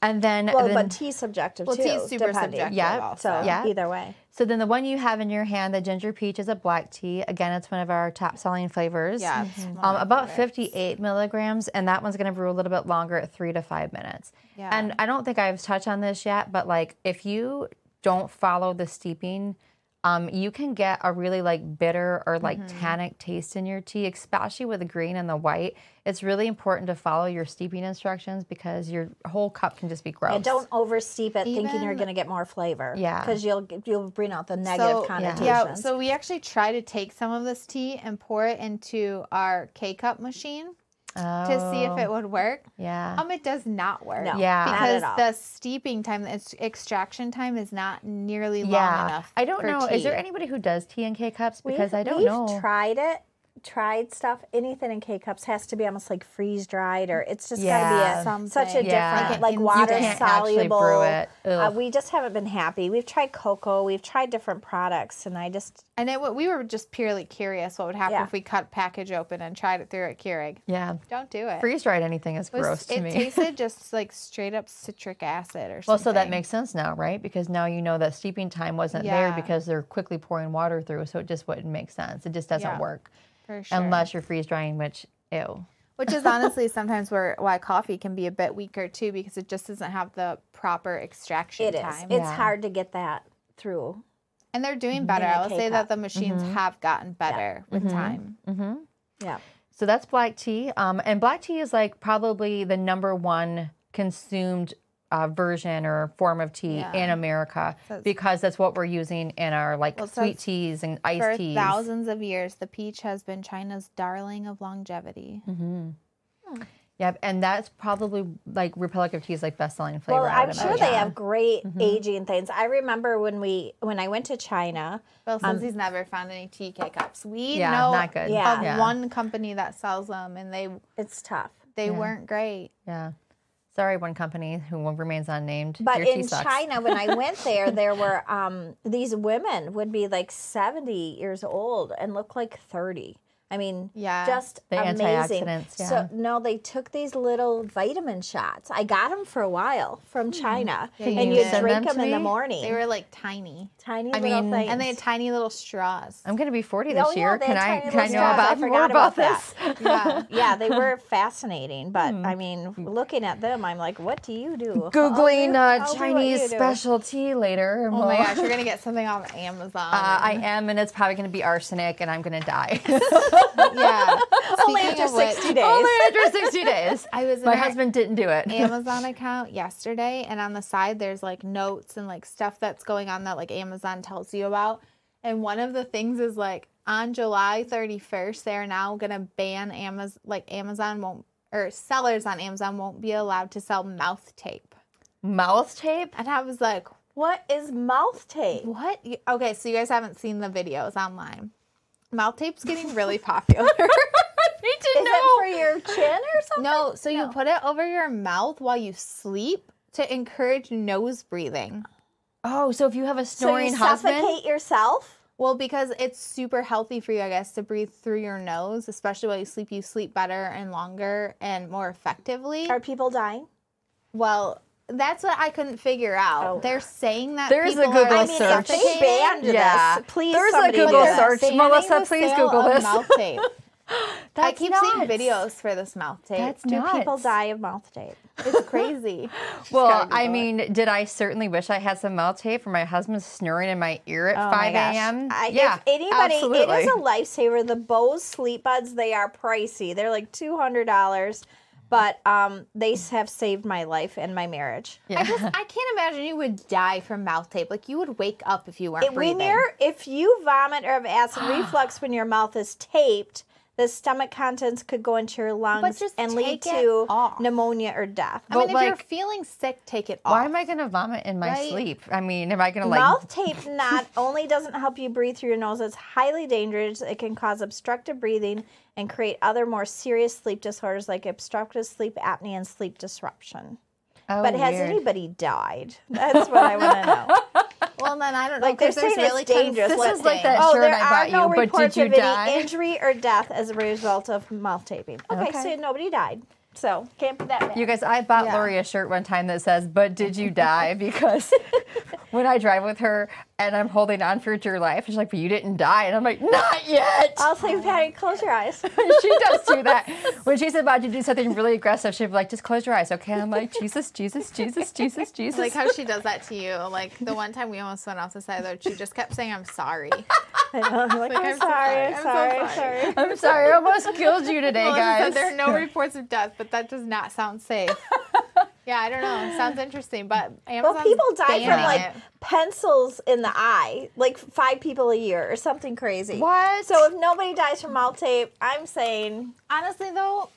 Speaker 1: And then,
Speaker 2: Well,
Speaker 1: then-
Speaker 2: but tea's subjective
Speaker 3: well,
Speaker 2: too.
Speaker 3: tea is super
Speaker 2: depending.
Speaker 3: subjective.
Speaker 1: Yeah,
Speaker 3: also.
Speaker 2: So
Speaker 1: Yeah.
Speaker 2: either way.
Speaker 1: so then the one you have in your hand, the ginger peach, is a black tea. Again, it's one of our top selling flavors.
Speaker 3: Yeah, it's one of
Speaker 1: Um,
Speaker 3: my
Speaker 1: about
Speaker 3: favorites.
Speaker 1: 58 milligrams, and that one's going to brew a little bit longer at three to five minutes.
Speaker 3: Yeah.
Speaker 1: And I don't think I've touched on this yet, but like if you don't follow the steeping, um, you can get a really like bitter or like
Speaker 3: Mm-hmm.
Speaker 1: tannic taste in your tea, especially with the green and the white. It's really important to follow your steeping instructions because your whole cup can just be gross.
Speaker 2: And don't oversteep it thinking you're
Speaker 3: Oh. Even-
Speaker 2: going to get more flavor.
Speaker 1: Yeah.
Speaker 2: Because you'll you'll bring out the negative connotations.
Speaker 3: Yeah, so we actually try to take some of this tea and pour it into our K cup machine to see if
Speaker 1: Oh,
Speaker 3: it would work.
Speaker 1: Yeah.
Speaker 3: Um, it does not work.
Speaker 2: No,
Speaker 1: Yeah.
Speaker 2: not
Speaker 3: Because
Speaker 2: at all.
Speaker 3: the steeping time, the ex- extraction time is not nearly long
Speaker 1: yeah.
Speaker 3: enough.
Speaker 1: I don't
Speaker 3: for
Speaker 1: know. Is there
Speaker 3: tea.
Speaker 1: anybody who does tea and K cups?
Speaker 2: We've-
Speaker 1: Because I don't
Speaker 2: we've
Speaker 1: know.
Speaker 2: tried it, tried stuff. Anything in K cups has to be almost like freeze dried, or it's just
Speaker 1: Yeah.
Speaker 2: got to be a, such a
Speaker 3: Something.
Speaker 1: Yeah.
Speaker 2: different,
Speaker 3: Like
Speaker 2: like
Speaker 3: an
Speaker 2: water
Speaker 3: instant. You
Speaker 1: can't actually brew
Speaker 2: soluble.
Speaker 1: it.
Speaker 2: Uh,
Speaker 1: Ugh.
Speaker 2: we just haven't been happy. We've tried cocoa, we've tried different products, and I just
Speaker 3: And it, w- we were just purely curious what would happen
Speaker 2: Yeah.
Speaker 3: if we cut package open and tried it through at Keurig.
Speaker 1: Yeah.
Speaker 3: Don't do it.
Speaker 1: Freeze dried anything is
Speaker 3: It was-
Speaker 1: gross to
Speaker 3: it
Speaker 1: me.
Speaker 3: tasted just like straight up citric acid or something.
Speaker 1: Well, so that makes sense now, right? Because now you know that steeping time wasn't there
Speaker 3: Yeah.
Speaker 1: because they're quickly pouring water through, so it just wouldn't make sense. It just doesn't
Speaker 3: Yeah.
Speaker 1: work
Speaker 3: for sure.
Speaker 1: unless you're freeze drying, which ew.
Speaker 3: which is honestly sometimes where why coffee can be a bit weaker too because it just doesn't have the proper extraction
Speaker 2: it is.
Speaker 3: time.
Speaker 2: It's
Speaker 1: Yeah.
Speaker 2: hard to get that through.
Speaker 3: and they're doing better.
Speaker 2: In a
Speaker 3: I will say
Speaker 2: K-cup.
Speaker 3: that the machines
Speaker 1: Mm-hmm.
Speaker 3: have gotten better with time.
Speaker 2: Yeah.
Speaker 1: So that's black tea, um, and black tea is like probably the number one consumed uh, version or form of tea
Speaker 3: Yeah.
Speaker 1: in America because that's what we're using in our like
Speaker 3: Well, so
Speaker 1: sweet teas and iced
Speaker 3: For
Speaker 1: teas.
Speaker 3: thousands of years, the peach has been China's darling of longevity.
Speaker 1: Mm-hmm. Yep, and that's probably like Republic Tea is like best selling flavor.
Speaker 2: Well,
Speaker 1: I would
Speaker 2: I'm sure
Speaker 1: imagine.
Speaker 2: they have great
Speaker 1: Mm-hmm.
Speaker 2: aging things. I remember when we when I went to China.
Speaker 3: Well, since he's never found any tea K cups, we
Speaker 1: Um, Yeah,
Speaker 3: know
Speaker 1: not good.
Speaker 2: Yeah.
Speaker 3: of
Speaker 1: Yeah.
Speaker 3: one company that sells them, and they
Speaker 2: It's tough.
Speaker 3: they weren't great.
Speaker 1: Yeah. Sorry, one company who remains unnamed.
Speaker 2: But
Speaker 1: Your tea
Speaker 2: in
Speaker 1: sucks.
Speaker 2: China, when I went there, there were um, these women would be like 70 years old and look like 30. I mean,
Speaker 3: Yeah.
Speaker 2: just
Speaker 1: The
Speaker 2: amazing.
Speaker 1: antioxidants, yeah.
Speaker 2: So no, they took these little vitamin shots. I got them for a while from China,
Speaker 1: Hmm. Can
Speaker 2: and
Speaker 1: you
Speaker 2: you
Speaker 1: send
Speaker 2: drink
Speaker 1: them to
Speaker 2: them in the
Speaker 1: me?
Speaker 2: morning.
Speaker 3: They were like tiny,
Speaker 2: tiny
Speaker 1: I
Speaker 2: little
Speaker 1: mean,
Speaker 2: things.
Speaker 3: and they had tiny little straws.
Speaker 1: I'm going to be 40 this
Speaker 2: Oh, yeah,
Speaker 1: year.
Speaker 2: they
Speaker 1: can I
Speaker 2: had tiny
Speaker 1: can I
Speaker 2: little
Speaker 1: know
Speaker 2: straws. I
Speaker 1: about more
Speaker 2: forgot
Speaker 1: about,
Speaker 2: about
Speaker 1: this?
Speaker 3: yeah.
Speaker 2: yeah, they were fascinating. But
Speaker 1: Hmm.
Speaker 2: I mean, looking at them, I'm like, what do you do? I'll do-
Speaker 1: Googling
Speaker 2: Oh, I'll do
Speaker 1: uh,
Speaker 2: what
Speaker 1: Chinese
Speaker 2: you do.
Speaker 1: specialty later.
Speaker 3: Oh my gosh, you're gonna get something on Amazon.
Speaker 1: Uh, I am, and it's probably going to be arsenic, and I'm going to die.
Speaker 3: yeah.
Speaker 2: Only
Speaker 3: Speaking
Speaker 2: after
Speaker 3: of which,
Speaker 2: 60 days.
Speaker 1: Only after 60 days.
Speaker 3: I was in
Speaker 1: my
Speaker 3: our
Speaker 1: husband didn't do it.
Speaker 3: Amazon account yesterday, and on the side there's like notes and like stuff that's going on that like Amazon tells you about. And one of the things is like on July 31st, they're now gonna ban Amazon, like Amazon won't or sellers on Amazon won't be allowed to sell mouth tape.
Speaker 1: Mouth tape.
Speaker 3: And I was like,
Speaker 2: What is mouth tape?
Speaker 3: What? You- Okay, so you guys haven't seen the videos online. Mouth tape's getting really popular.
Speaker 2: Is it for your chin or something?
Speaker 3: no, so you put it over your mouth while you sleep to encourage nose breathing.
Speaker 1: Oh, so if you have a
Speaker 2: So you
Speaker 1: snoring husband,
Speaker 2: suffocate yourself?
Speaker 3: Well, because it's super healthy for you, I guess, to breathe through your nose, especially while you sleep. You sleep better and longer and more effectively.
Speaker 2: Are people dying?
Speaker 3: Well, that's what I couldn't figure out.
Speaker 2: Oh.
Speaker 3: they're saying that
Speaker 1: There's a
Speaker 3: people are,
Speaker 1: Google
Speaker 3: like,
Speaker 2: I mean,
Speaker 1: search.
Speaker 2: if they
Speaker 3: suffocating.
Speaker 2: banned
Speaker 1: Yeah.
Speaker 2: this, please
Speaker 1: There's a
Speaker 2: somebody
Speaker 1: Google
Speaker 2: do this.
Speaker 1: search.
Speaker 3: banning
Speaker 1: Melissa,
Speaker 3: the
Speaker 1: please
Speaker 3: sale
Speaker 1: Google
Speaker 3: of
Speaker 1: this.
Speaker 3: Mouth tape.
Speaker 1: That's
Speaker 3: I keep seeing
Speaker 1: nuts.
Speaker 3: videos for this mouth tape.
Speaker 1: That's
Speaker 2: Do people
Speaker 1: nuts.
Speaker 2: die of mouth tape? Oh
Speaker 3: it's crazy.
Speaker 1: Well,
Speaker 3: gotta be
Speaker 1: I
Speaker 3: lower.
Speaker 1: mean, did I certainly wish I had some mouth tape for my husband snoring in my ear at
Speaker 2: Oh
Speaker 1: 5
Speaker 2: my gosh.
Speaker 1: a.m.?
Speaker 2: I-
Speaker 1: yeah,
Speaker 2: if anybody,
Speaker 1: absolutely.
Speaker 2: it is a lifesaver. The Bose sleep buds, they are pricey. They're like two hundred dollars, but um, they s- have saved my life and my marriage.
Speaker 3: I just I can't imagine you would die from mouth tape. Like you would wake up if you weren't
Speaker 2: It-
Speaker 3: breathing.
Speaker 2: when you're, if you vomit or have acid reflux when your mouth is taped, the stomach contents could go into your lungs
Speaker 3: just
Speaker 2: and lead
Speaker 3: take it
Speaker 2: to
Speaker 3: off.
Speaker 2: pneumonia or death.
Speaker 3: I mean,
Speaker 1: But,
Speaker 3: if you're
Speaker 1: like,
Speaker 3: feeling sick, take it off.
Speaker 1: Why am I going to vomit in my
Speaker 3: Right?
Speaker 1: sleep? I mean, am I going to like
Speaker 2: Mouth tape not only doesn't help you breathe through your nose, it's highly dangerous. It can cause obstructive breathing and create other more serious sleep disorders like obstructive sleep apnea and sleep disruption.
Speaker 1: Oh,
Speaker 2: but has
Speaker 1: weird.
Speaker 2: anybody died? That's what I want to know.
Speaker 3: Well, then I don't know.
Speaker 2: Like, they're
Speaker 3: 'cause there's
Speaker 2: saying it's
Speaker 3: really
Speaker 2: dangerous. This
Speaker 1: is like
Speaker 3: conflicting.
Speaker 1: that-
Speaker 2: Oh,
Speaker 1: shirt
Speaker 2: there
Speaker 1: I
Speaker 2: are
Speaker 1: bought
Speaker 2: no
Speaker 1: you, but did
Speaker 2: reports
Speaker 1: you
Speaker 2: of any
Speaker 1: die?
Speaker 2: injury or death as a result of mouth taping. Okay,
Speaker 1: Okay.
Speaker 2: so nobody died. So can't be that bad.
Speaker 1: You guys, I bought
Speaker 3: Yeah.
Speaker 1: Lori a shirt one time that says, But did you die? Because when I drive with her and I'm holding on for dear life, she's like, But you didn't die. And I'm like, Not yet.
Speaker 2: I'll say, Patty, close your eyes.
Speaker 1: she does do that. When she's about to do something really aggressive, she'll be like, Just close your eyes, okay? I'm like, Jesus, Jesus, Jesus, Jesus, Jesus.
Speaker 3: Like how she does that to you. Like the one time we almost went off the side of the road, she just kept saying, "I'm sorry."
Speaker 2: And I'm like, I'm,
Speaker 3: I'm so
Speaker 2: sorry,
Speaker 3: sorry, I'm so
Speaker 2: sorry,
Speaker 3: sorry."
Speaker 2: sorry.
Speaker 1: I'm sorry, I almost killed you today,
Speaker 3: Melissa said
Speaker 1: guys.
Speaker 3: there are no reports of death, but that does not sound safe. yeah, I don't know. Sounds interesting, but
Speaker 2: Well,
Speaker 3: Amazon's
Speaker 2: people die from
Speaker 3: banning
Speaker 2: like
Speaker 3: it.
Speaker 2: pencils in the eye, like five people a year or something crazy.
Speaker 1: What?
Speaker 2: So if nobody dies from mouth tape, I'm saying
Speaker 3: Honestly, though,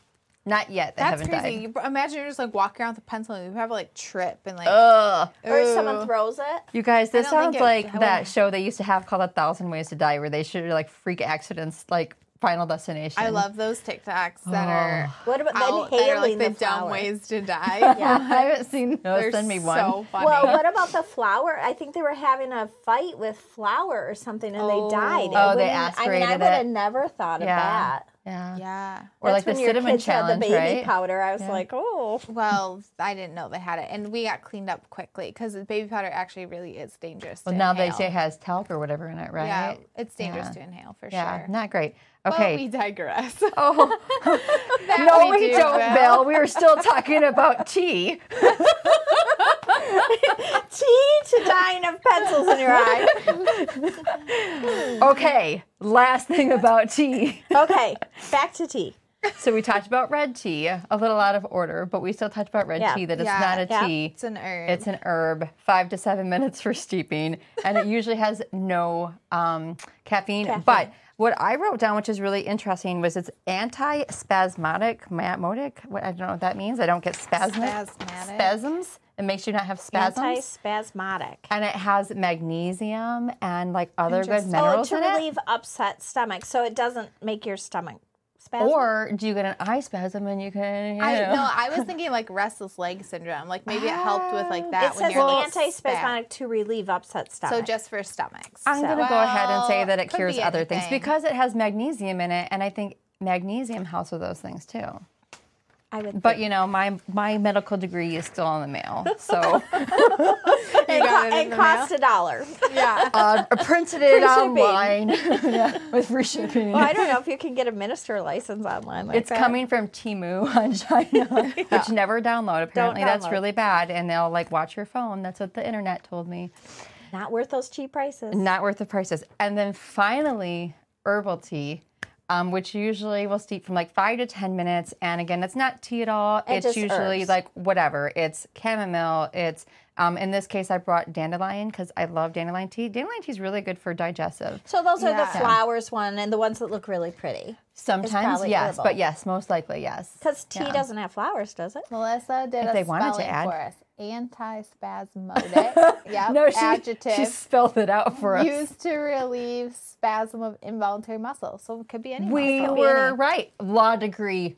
Speaker 1: Not yet. They
Speaker 3: that's
Speaker 1: haven't
Speaker 3: crazy.
Speaker 1: died.
Speaker 3: You, imagine you're just like walking around with a pencil and you probably like trip and like.
Speaker 1: Ugh.
Speaker 2: or
Speaker 3: Ooh.
Speaker 2: someone throws it.
Speaker 1: You guys, this
Speaker 3: I don't think
Speaker 1: sounds
Speaker 3: it- I
Speaker 1: like
Speaker 3: wouldn't-
Speaker 1: that show they used to have called A Thousand Ways to Die, where they should like freak accidents, like Final Destination.
Speaker 3: I love those TikToks that
Speaker 1: Oh.
Speaker 3: are
Speaker 2: What about
Speaker 3: out
Speaker 2: then
Speaker 3: that are
Speaker 2: hailing
Speaker 3: like the,
Speaker 2: the
Speaker 3: dumb
Speaker 2: flower?
Speaker 3: ways to die. yeah.
Speaker 1: I haven't seen those.
Speaker 3: They're
Speaker 1: Send me one.
Speaker 3: so funny.
Speaker 2: Well, what about the flower? I think they were having a fight with flour or something, and
Speaker 3: Oh.
Speaker 2: they died. It
Speaker 1: Oh, they
Speaker 2: wouldn't- I mean, I
Speaker 1: aspirated
Speaker 2: would have
Speaker 1: it.
Speaker 2: never thought
Speaker 1: Yeah.
Speaker 2: of that.
Speaker 1: yeah.
Speaker 3: yeah.
Speaker 1: Or
Speaker 2: That's
Speaker 1: like the
Speaker 2: when your
Speaker 1: cinnamon
Speaker 2: kids had
Speaker 1: challenge,
Speaker 2: the baby
Speaker 1: right?
Speaker 2: powder. I was like, oh,
Speaker 3: Well, I didn't know they had it, and we got cleaned up quickly because baby powder actually really is dangerous.
Speaker 1: Well,
Speaker 3: to
Speaker 1: now
Speaker 3: inhale.
Speaker 1: they say it has talc or whatever in it, right?
Speaker 3: yeah, it's dangerous
Speaker 1: Yeah.
Speaker 3: to inhale for
Speaker 1: Yeah,
Speaker 3: sure.
Speaker 1: not great.
Speaker 3: But we
Speaker 1: Okay.
Speaker 3: digress.
Speaker 1: oh,
Speaker 3: That
Speaker 1: no, we,
Speaker 3: do,
Speaker 1: don't,
Speaker 3: Bill.
Speaker 1: Bill. We were still talking about tea.
Speaker 2: tea to dying of pencils in your eye.
Speaker 1: Okay, last thing about tea.
Speaker 2: Okay, back to tea.
Speaker 1: So we talked about red tea, a little out of order, but we still talked about red
Speaker 2: Yeah.
Speaker 1: tea. That
Speaker 3: Yeah,
Speaker 1: it's not
Speaker 2: yeah.
Speaker 1: a tea.
Speaker 3: It's an herb.
Speaker 1: It's an herb, five to seven minutes for steeping, and it usually has no um, caffeine. But what I wrote down, which is really interesting, was it's anti-spasmodic, modic. What I don't know what that means. I don't get spasmic
Speaker 3: Spasmatic.
Speaker 1: spasms. It makes you not have spasms.
Speaker 2: Anti-spasmodic.
Speaker 1: and it has magnesium and like other good
Speaker 3: Interesting.
Speaker 2: Oh,
Speaker 1: minerals
Speaker 2: to
Speaker 1: in it.
Speaker 2: relieve upset stomach, so it doesn't make your stomach spasm.
Speaker 1: Or do you get an eye spasm and you can? You
Speaker 3: I
Speaker 1: know.
Speaker 3: no, I was thinking like restless leg syndrome. Like maybe it helped with
Speaker 1: Oh.
Speaker 3: like that
Speaker 2: it
Speaker 3: when
Speaker 2: says
Speaker 3: you're like
Speaker 2: anti-spasmodic to relieve upset
Speaker 3: So
Speaker 2: stomach.
Speaker 3: just for stomachs.
Speaker 1: I'm
Speaker 2: So-
Speaker 1: going to go ahead and say
Speaker 3: Well,
Speaker 1: that it
Speaker 3: could
Speaker 1: cures
Speaker 3: be
Speaker 1: other things
Speaker 3: anything.
Speaker 1: because it has magnesium in it, and I think magnesium helps with those things too.
Speaker 2: I would.
Speaker 1: But you know, my my medical degree is still in the mail, so
Speaker 3: You
Speaker 2: it,
Speaker 3: got
Speaker 2: co-
Speaker 3: it
Speaker 2: it
Speaker 3: in the mail?
Speaker 2: costs a dollar.
Speaker 3: Yeah.
Speaker 1: uh, printed it online Yeah, with free shipping.
Speaker 2: Well, I don't know if you can get a minister license online. Like
Speaker 1: it's
Speaker 2: that.
Speaker 1: coming from Timu on China, which never download. Apparently, that's
Speaker 2: download.
Speaker 1: really bad, and they'll like watch your phone. That's what the internet told me.
Speaker 2: Not worth those cheap prices.
Speaker 1: Not worth the prices. And then finally, herbal tea. Um, which usually will steep from like five to ten minutes, and again, it's not tea at all. it's
Speaker 2: just
Speaker 1: usually
Speaker 2: herbs.
Speaker 1: like whatever. It's chamomile. It's um, in this case, I brought dandelion because I love dandelion tea. Dandelion tea is really good for digestive.
Speaker 2: So those are the
Speaker 3: Yeah.
Speaker 2: flowers one and the ones that look really pretty.
Speaker 1: Sometimes,
Speaker 2: probably
Speaker 1: yes,
Speaker 2: herbal.
Speaker 1: but yes, most likely, yes.
Speaker 2: Because tea doesn't have flowers, does it?
Speaker 3: Melissa did
Speaker 1: If
Speaker 3: a
Speaker 1: they wanted to
Speaker 3: spelling
Speaker 1: add.
Speaker 3: for us. Antispasmodic. yep. Uh, adjective.
Speaker 1: She spelled it out for us.
Speaker 3: used to relieve spasm of involuntary muscle. So it could be any
Speaker 1: we
Speaker 3: muscle.
Speaker 1: were right. Law degree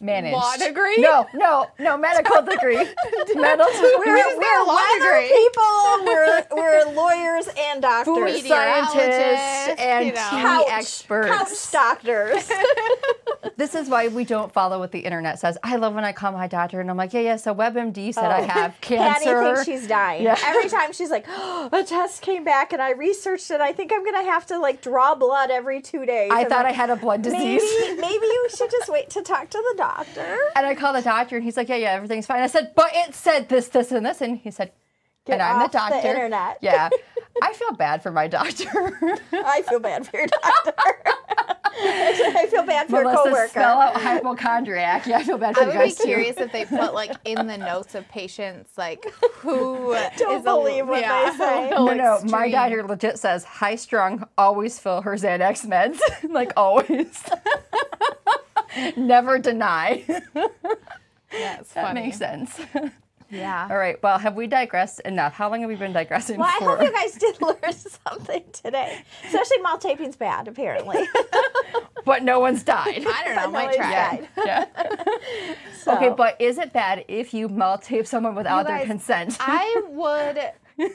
Speaker 1: managed.
Speaker 3: Law degree?
Speaker 1: No, no, no. Medical degree. medical.
Speaker 2: We're, we're
Speaker 3: law
Speaker 2: weather
Speaker 3: degree?
Speaker 2: people. We're, we're lawyers and
Speaker 1: food
Speaker 2: doctors.
Speaker 3: Meteorologist,
Speaker 1: scientists and
Speaker 3: you know.
Speaker 1: tea
Speaker 2: Couch-
Speaker 1: experts.
Speaker 2: Couch doctors.
Speaker 1: this is why we don't follow what the internet says. I love when I call my doctor and I'm like, yeah, yeah. So WebMD said I have
Speaker 2: Oh. Patty
Speaker 1: cancer.
Speaker 2: thinks she's dying.
Speaker 1: Yeah.
Speaker 2: Every time she's like, "Oh, a test came back and I researched it. I think I'm gonna have to like draw blood every two days.
Speaker 1: I
Speaker 2: I'm
Speaker 1: thought I
Speaker 2: like,
Speaker 1: had a blood disease.
Speaker 2: maybe maybe you should just wait to talk to the doctor.
Speaker 1: And I called the doctor, and he's like, "Yeah, yeah, everything's fine." I said, "But it said this, this, and this," and he said,
Speaker 2: Get
Speaker 1: "And I'm
Speaker 2: off
Speaker 1: the
Speaker 2: the
Speaker 1: doctor."
Speaker 2: internet.
Speaker 1: Yeah, I feel bad for my doctor.
Speaker 2: I feel bad for your doctor. I feel bad for your
Speaker 1: Melissa,
Speaker 2: coworker.
Speaker 1: spell out hypochondriac. Yeah, I feel bad
Speaker 3: I
Speaker 1: for you
Speaker 3: would be
Speaker 1: guys too.
Speaker 3: curious if they put like in the notes of patients like who
Speaker 2: Don't
Speaker 3: is a-
Speaker 2: believe what
Speaker 3: yeah,
Speaker 2: they say.
Speaker 3: a
Speaker 1: No,
Speaker 3: little
Speaker 1: no, my
Speaker 3: Oh, extreme.
Speaker 1: doctor legit says high strung. Always fill her Xanax meds, like always. Never deny.
Speaker 3: Yeah, it's
Speaker 1: That
Speaker 3: funny.
Speaker 1: makes sense.
Speaker 3: Yeah.
Speaker 1: All right. Well, have we digressed enough? How long have we been digressing
Speaker 2: Well, I
Speaker 1: for?
Speaker 2: hope you guys did learn something today. Especially mouth taping's bad, apparently.
Speaker 1: but no one's died.
Speaker 3: I don't know.
Speaker 2: But no,
Speaker 3: Might
Speaker 2: it's
Speaker 3: try.
Speaker 2: bad.
Speaker 1: yeah.
Speaker 2: So,
Speaker 1: Okay, but is it bad if you mouth tape someone without
Speaker 3: You
Speaker 1: their
Speaker 3: guys,
Speaker 1: consent?
Speaker 3: I would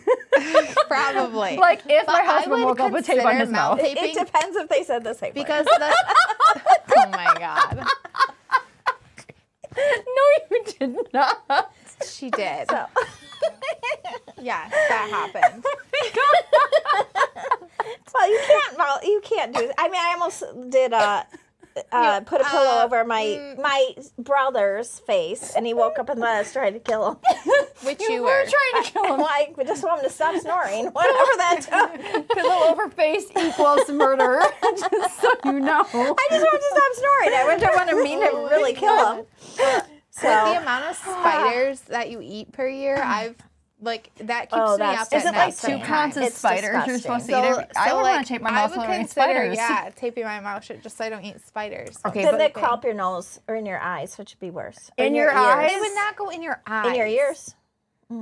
Speaker 3: probably
Speaker 1: like if my
Speaker 3: But I
Speaker 1: husband
Speaker 3: would
Speaker 1: woke up with tape on
Speaker 3: consider
Speaker 1: his mouth.
Speaker 3: mouth-
Speaker 2: it, it
Speaker 3: taping-
Speaker 2: depends if they said the same word.
Speaker 3: because the oh my god,
Speaker 1: no, you did not.
Speaker 3: she did.
Speaker 2: So,
Speaker 3: Yes, that happened.
Speaker 2: well, you can't mouth. You can't do. I mean, I almost did uh Uh, put a pillow
Speaker 3: uh,
Speaker 2: over my
Speaker 1: mm.
Speaker 2: my brother's face, and he woke up and let us try to kill him.
Speaker 3: Which
Speaker 1: You
Speaker 3: you
Speaker 1: were
Speaker 3: were.
Speaker 1: trying to kill him.
Speaker 2: like, we just want him to stop snoring, whatever that took.
Speaker 1: Pillow over face equals murder. Just so you know.
Speaker 2: I just want him to stop snoring. I wouldn't want to mean to really kill him.
Speaker 3: Like the
Speaker 2: So,
Speaker 3: amount of spiders that you eat per year, I've like that keeps
Speaker 2: Oh,
Speaker 3: me
Speaker 2: that's
Speaker 3: up at
Speaker 1: Is it
Speaker 3: night
Speaker 1: like two
Speaker 3: sometimes.
Speaker 1: counts of
Speaker 2: It's
Speaker 1: spiders you're
Speaker 2: disgusting.
Speaker 1: supposed to eat? Every, I would want to tape my mouth
Speaker 3: I
Speaker 1: full
Speaker 3: would
Speaker 1: of any
Speaker 3: consider,
Speaker 1: spiders.
Speaker 3: yeah, taping my mouth shut just so I don't eat spiders.
Speaker 1: Okay,
Speaker 2: then
Speaker 1: but
Speaker 2: they crawl up your nose or in your eyes, which would be worse. Or
Speaker 1: In your
Speaker 2: ears.
Speaker 1: eyes?
Speaker 3: It would not go in your eyes.
Speaker 2: In your ears.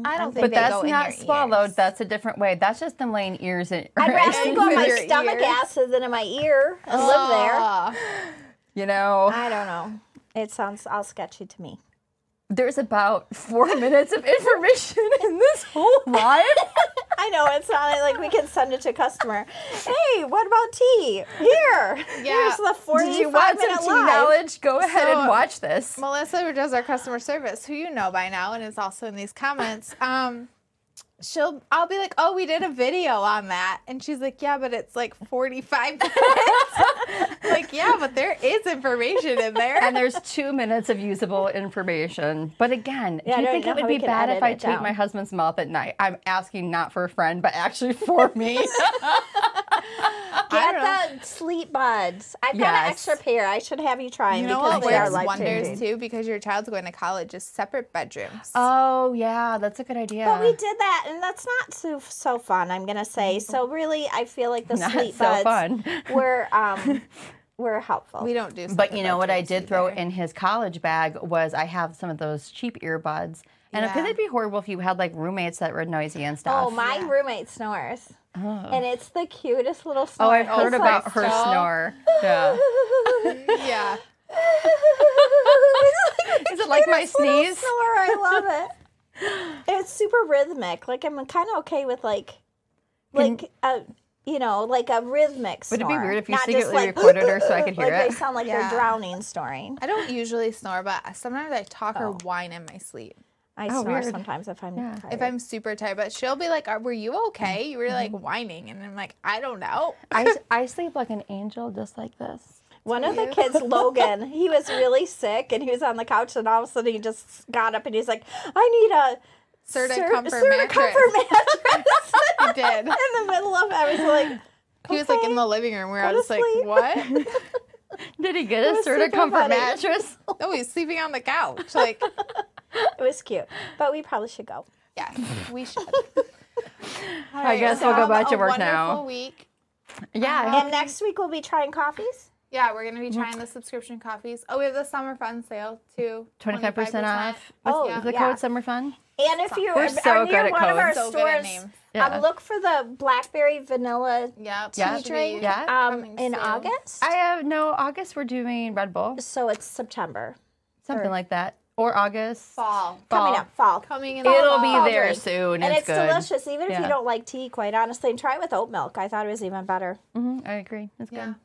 Speaker 3: I don't think
Speaker 1: Mm-hmm. but
Speaker 3: they go
Speaker 1: that's
Speaker 3: in
Speaker 1: not
Speaker 3: your
Speaker 1: swallowed.
Speaker 3: ears.
Speaker 1: That's a different way. That's just them laying ears in.
Speaker 2: I'd rather
Speaker 3: Right.
Speaker 2: go in my
Speaker 3: Your
Speaker 2: stomach
Speaker 3: ears.
Speaker 2: acid than in my ear and live there.
Speaker 3: Ugh.
Speaker 1: you know.
Speaker 2: I don't know. It sounds all sketchy to me.
Speaker 1: there's about four minutes of information in this whole live.
Speaker 2: I know it's not like we can send it to a customer. Hey, what about tea? Here, here's the forty-five
Speaker 1: Did you want some
Speaker 2: minute
Speaker 1: tea
Speaker 2: live.
Speaker 1: knowledge? Go ahead and
Speaker 3: So-
Speaker 1: watch this.
Speaker 3: Melissa, who does our customer service, who you know by now and is also in these comments, um, she'll I'll be like, "Oh, we did a video on that," and she's like, "Yeah, but it's like 45 minutes." like, yeah, but there is information in there.
Speaker 1: And there's two minutes of usable information. But again,
Speaker 2: Yeah, I
Speaker 1: do you
Speaker 2: don't
Speaker 1: think
Speaker 2: know
Speaker 1: it would
Speaker 2: how we
Speaker 1: be
Speaker 2: can
Speaker 1: bad
Speaker 2: edit
Speaker 1: if I
Speaker 2: it
Speaker 1: taped
Speaker 2: down.
Speaker 1: my husband's mouth at night? I'm asking not for a friend, but actually for me.
Speaker 3: I
Speaker 2: Get
Speaker 3: don't know.
Speaker 2: the sleep buds. I've got an
Speaker 1: Yes.
Speaker 2: extra pair. I should have you try 'em
Speaker 3: You know
Speaker 2: because
Speaker 3: what
Speaker 2: they are
Speaker 3: works
Speaker 2: life
Speaker 3: wonders
Speaker 2: changing.
Speaker 3: too, because your child's going to college is separate bedrooms.
Speaker 1: oh yeah, that's a good idea.
Speaker 2: But we did that, and that's not so so fun. I'm gonna say. So really, I feel like the
Speaker 1: Not
Speaker 2: sleep
Speaker 1: so
Speaker 2: buds
Speaker 1: fun.
Speaker 2: were um were helpful.
Speaker 3: we don't do.
Speaker 1: But
Speaker 3: separate
Speaker 1: you know what I
Speaker 3: bedrooms
Speaker 1: did throw
Speaker 3: either.
Speaker 1: in his college bag was I have some of those cheap earbuds. And because
Speaker 3: Yeah.
Speaker 1: it'd be horrible if you had like roommates that were noisy and stuff.
Speaker 2: Oh, my roommate snores,
Speaker 1: Oh.
Speaker 2: and it's the cutest little snore.
Speaker 1: Oh, I've heard
Speaker 2: It's
Speaker 1: about
Speaker 2: like-
Speaker 1: her
Speaker 3: so-
Speaker 1: snore. Yeah.
Speaker 3: Yeah.
Speaker 2: It's like the
Speaker 1: Is it like my
Speaker 2: cutest little
Speaker 1: sneeze?
Speaker 2: Snore. I love it. It's super rhythmic. Like I'm kind of okay with like, like a you know like a rhythmic.
Speaker 1: Would it be
Speaker 2: snore.
Speaker 1: weird if you
Speaker 2: Not just
Speaker 1: secretly
Speaker 2: like,
Speaker 1: recorded her so I could hear
Speaker 2: like
Speaker 1: it?
Speaker 2: they sound like
Speaker 3: Yeah.
Speaker 2: they're drowning snoring.
Speaker 3: I don't usually snore, but sometimes I talk or whine in my sleep.
Speaker 2: I
Speaker 1: Oh,
Speaker 2: snore
Speaker 1: weird.
Speaker 2: sometimes if I'm tired.
Speaker 3: If I'm super tired, but she'll be like, Are, "Were you okay? You were like
Speaker 1: Mm-hmm.
Speaker 3: whining," and I'm like, "I don't know."
Speaker 1: I, I sleep like an angel, just like this.
Speaker 2: One of the kids, Logan, he was really sick and he was on the couch, and all of a sudden he just got up and he's like, "I need a
Speaker 3: Certa
Speaker 2: Cer-
Speaker 3: comfort
Speaker 2: Certa
Speaker 3: mattress."
Speaker 2: comfort mattress."
Speaker 3: I did.
Speaker 2: in the middle of it, I was like,
Speaker 3: He was like in the living room where I
Speaker 2: Go
Speaker 3: was
Speaker 2: to
Speaker 3: like,
Speaker 2: sleep.
Speaker 3: "What?"
Speaker 1: Did he get a
Speaker 2: was
Speaker 1: sort of
Speaker 2: super
Speaker 1: comfort
Speaker 2: funny.
Speaker 1: mattress?
Speaker 3: No, he's sleeping on the couch. Like,
Speaker 2: "It was cute, but we probably should go."
Speaker 3: yeah, we should.
Speaker 1: I guess we'll go
Speaker 3: Have
Speaker 1: back to
Speaker 3: a
Speaker 1: work
Speaker 3: wonderful
Speaker 1: now.
Speaker 3: Week.
Speaker 1: Yeah. I
Speaker 2: And
Speaker 1: hope-
Speaker 2: next week we'll be trying coffees.
Speaker 3: Yeah, we're
Speaker 1: Mm.
Speaker 3: gonna be trying the subscription coffees. Oh, we have the summer fun sale too.
Speaker 1: 25% off. With
Speaker 2: Oh,
Speaker 1: the
Speaker 2: yeah.
Speaker 1: code Summer Fun.
Speaker 2: And if you
Speaker 1: We're
Speaker 2: are,
Speaker 1: so
Speaker 2: are
Speaker 1: good
Speaker 2: near
Speaker 1: at
Speaker 2: one of our
Speaker 1: codes.
Speaker 3: So good at
Speaker 2: stores,
Speaker 3: names.
Speaker 1: Yeah.
Speaker 2: um, look for the blackberry vanilla
Speaker 3: Yeah,
Speaker 1: Yeah.
Speaker 3: should
Speaker 2: drink
Speaker 3: be
Speaker 1: Yeah.
Speaker 2: um,
Speaker 3: coming
Speaker 2: in
Speaker 3: soon.
Speaker 2: August.
Speaker 1: I have no, August we're doing Red Bull,
Speaker 2: so it's September
Speaker 1: something like that. Or August.
Speaker 3: Fall.
Speaker 2: coming
Speaker 1: Fall.
Speaker 2: up, fall.
Speaker 3: Coming in the
Speaker 1: It'll
Speaker 3: fall.
Speaker 1: be there
Speaker 2: drink.
Speaker 1: soon.
Speaker 2: and
Speaker 1: it's,
Speaker 2: it's
Speaker 1: good.
Speaker 2: delicious, even if
Speaker 1: Yeah.
Speaker 2: you don't like tea. Quite honestly, and try it with oat milk. I thought it was even better.
Speaker 1: Mhm, I agree. It's
Speaker 3: Yeah.
Speaker 1: good.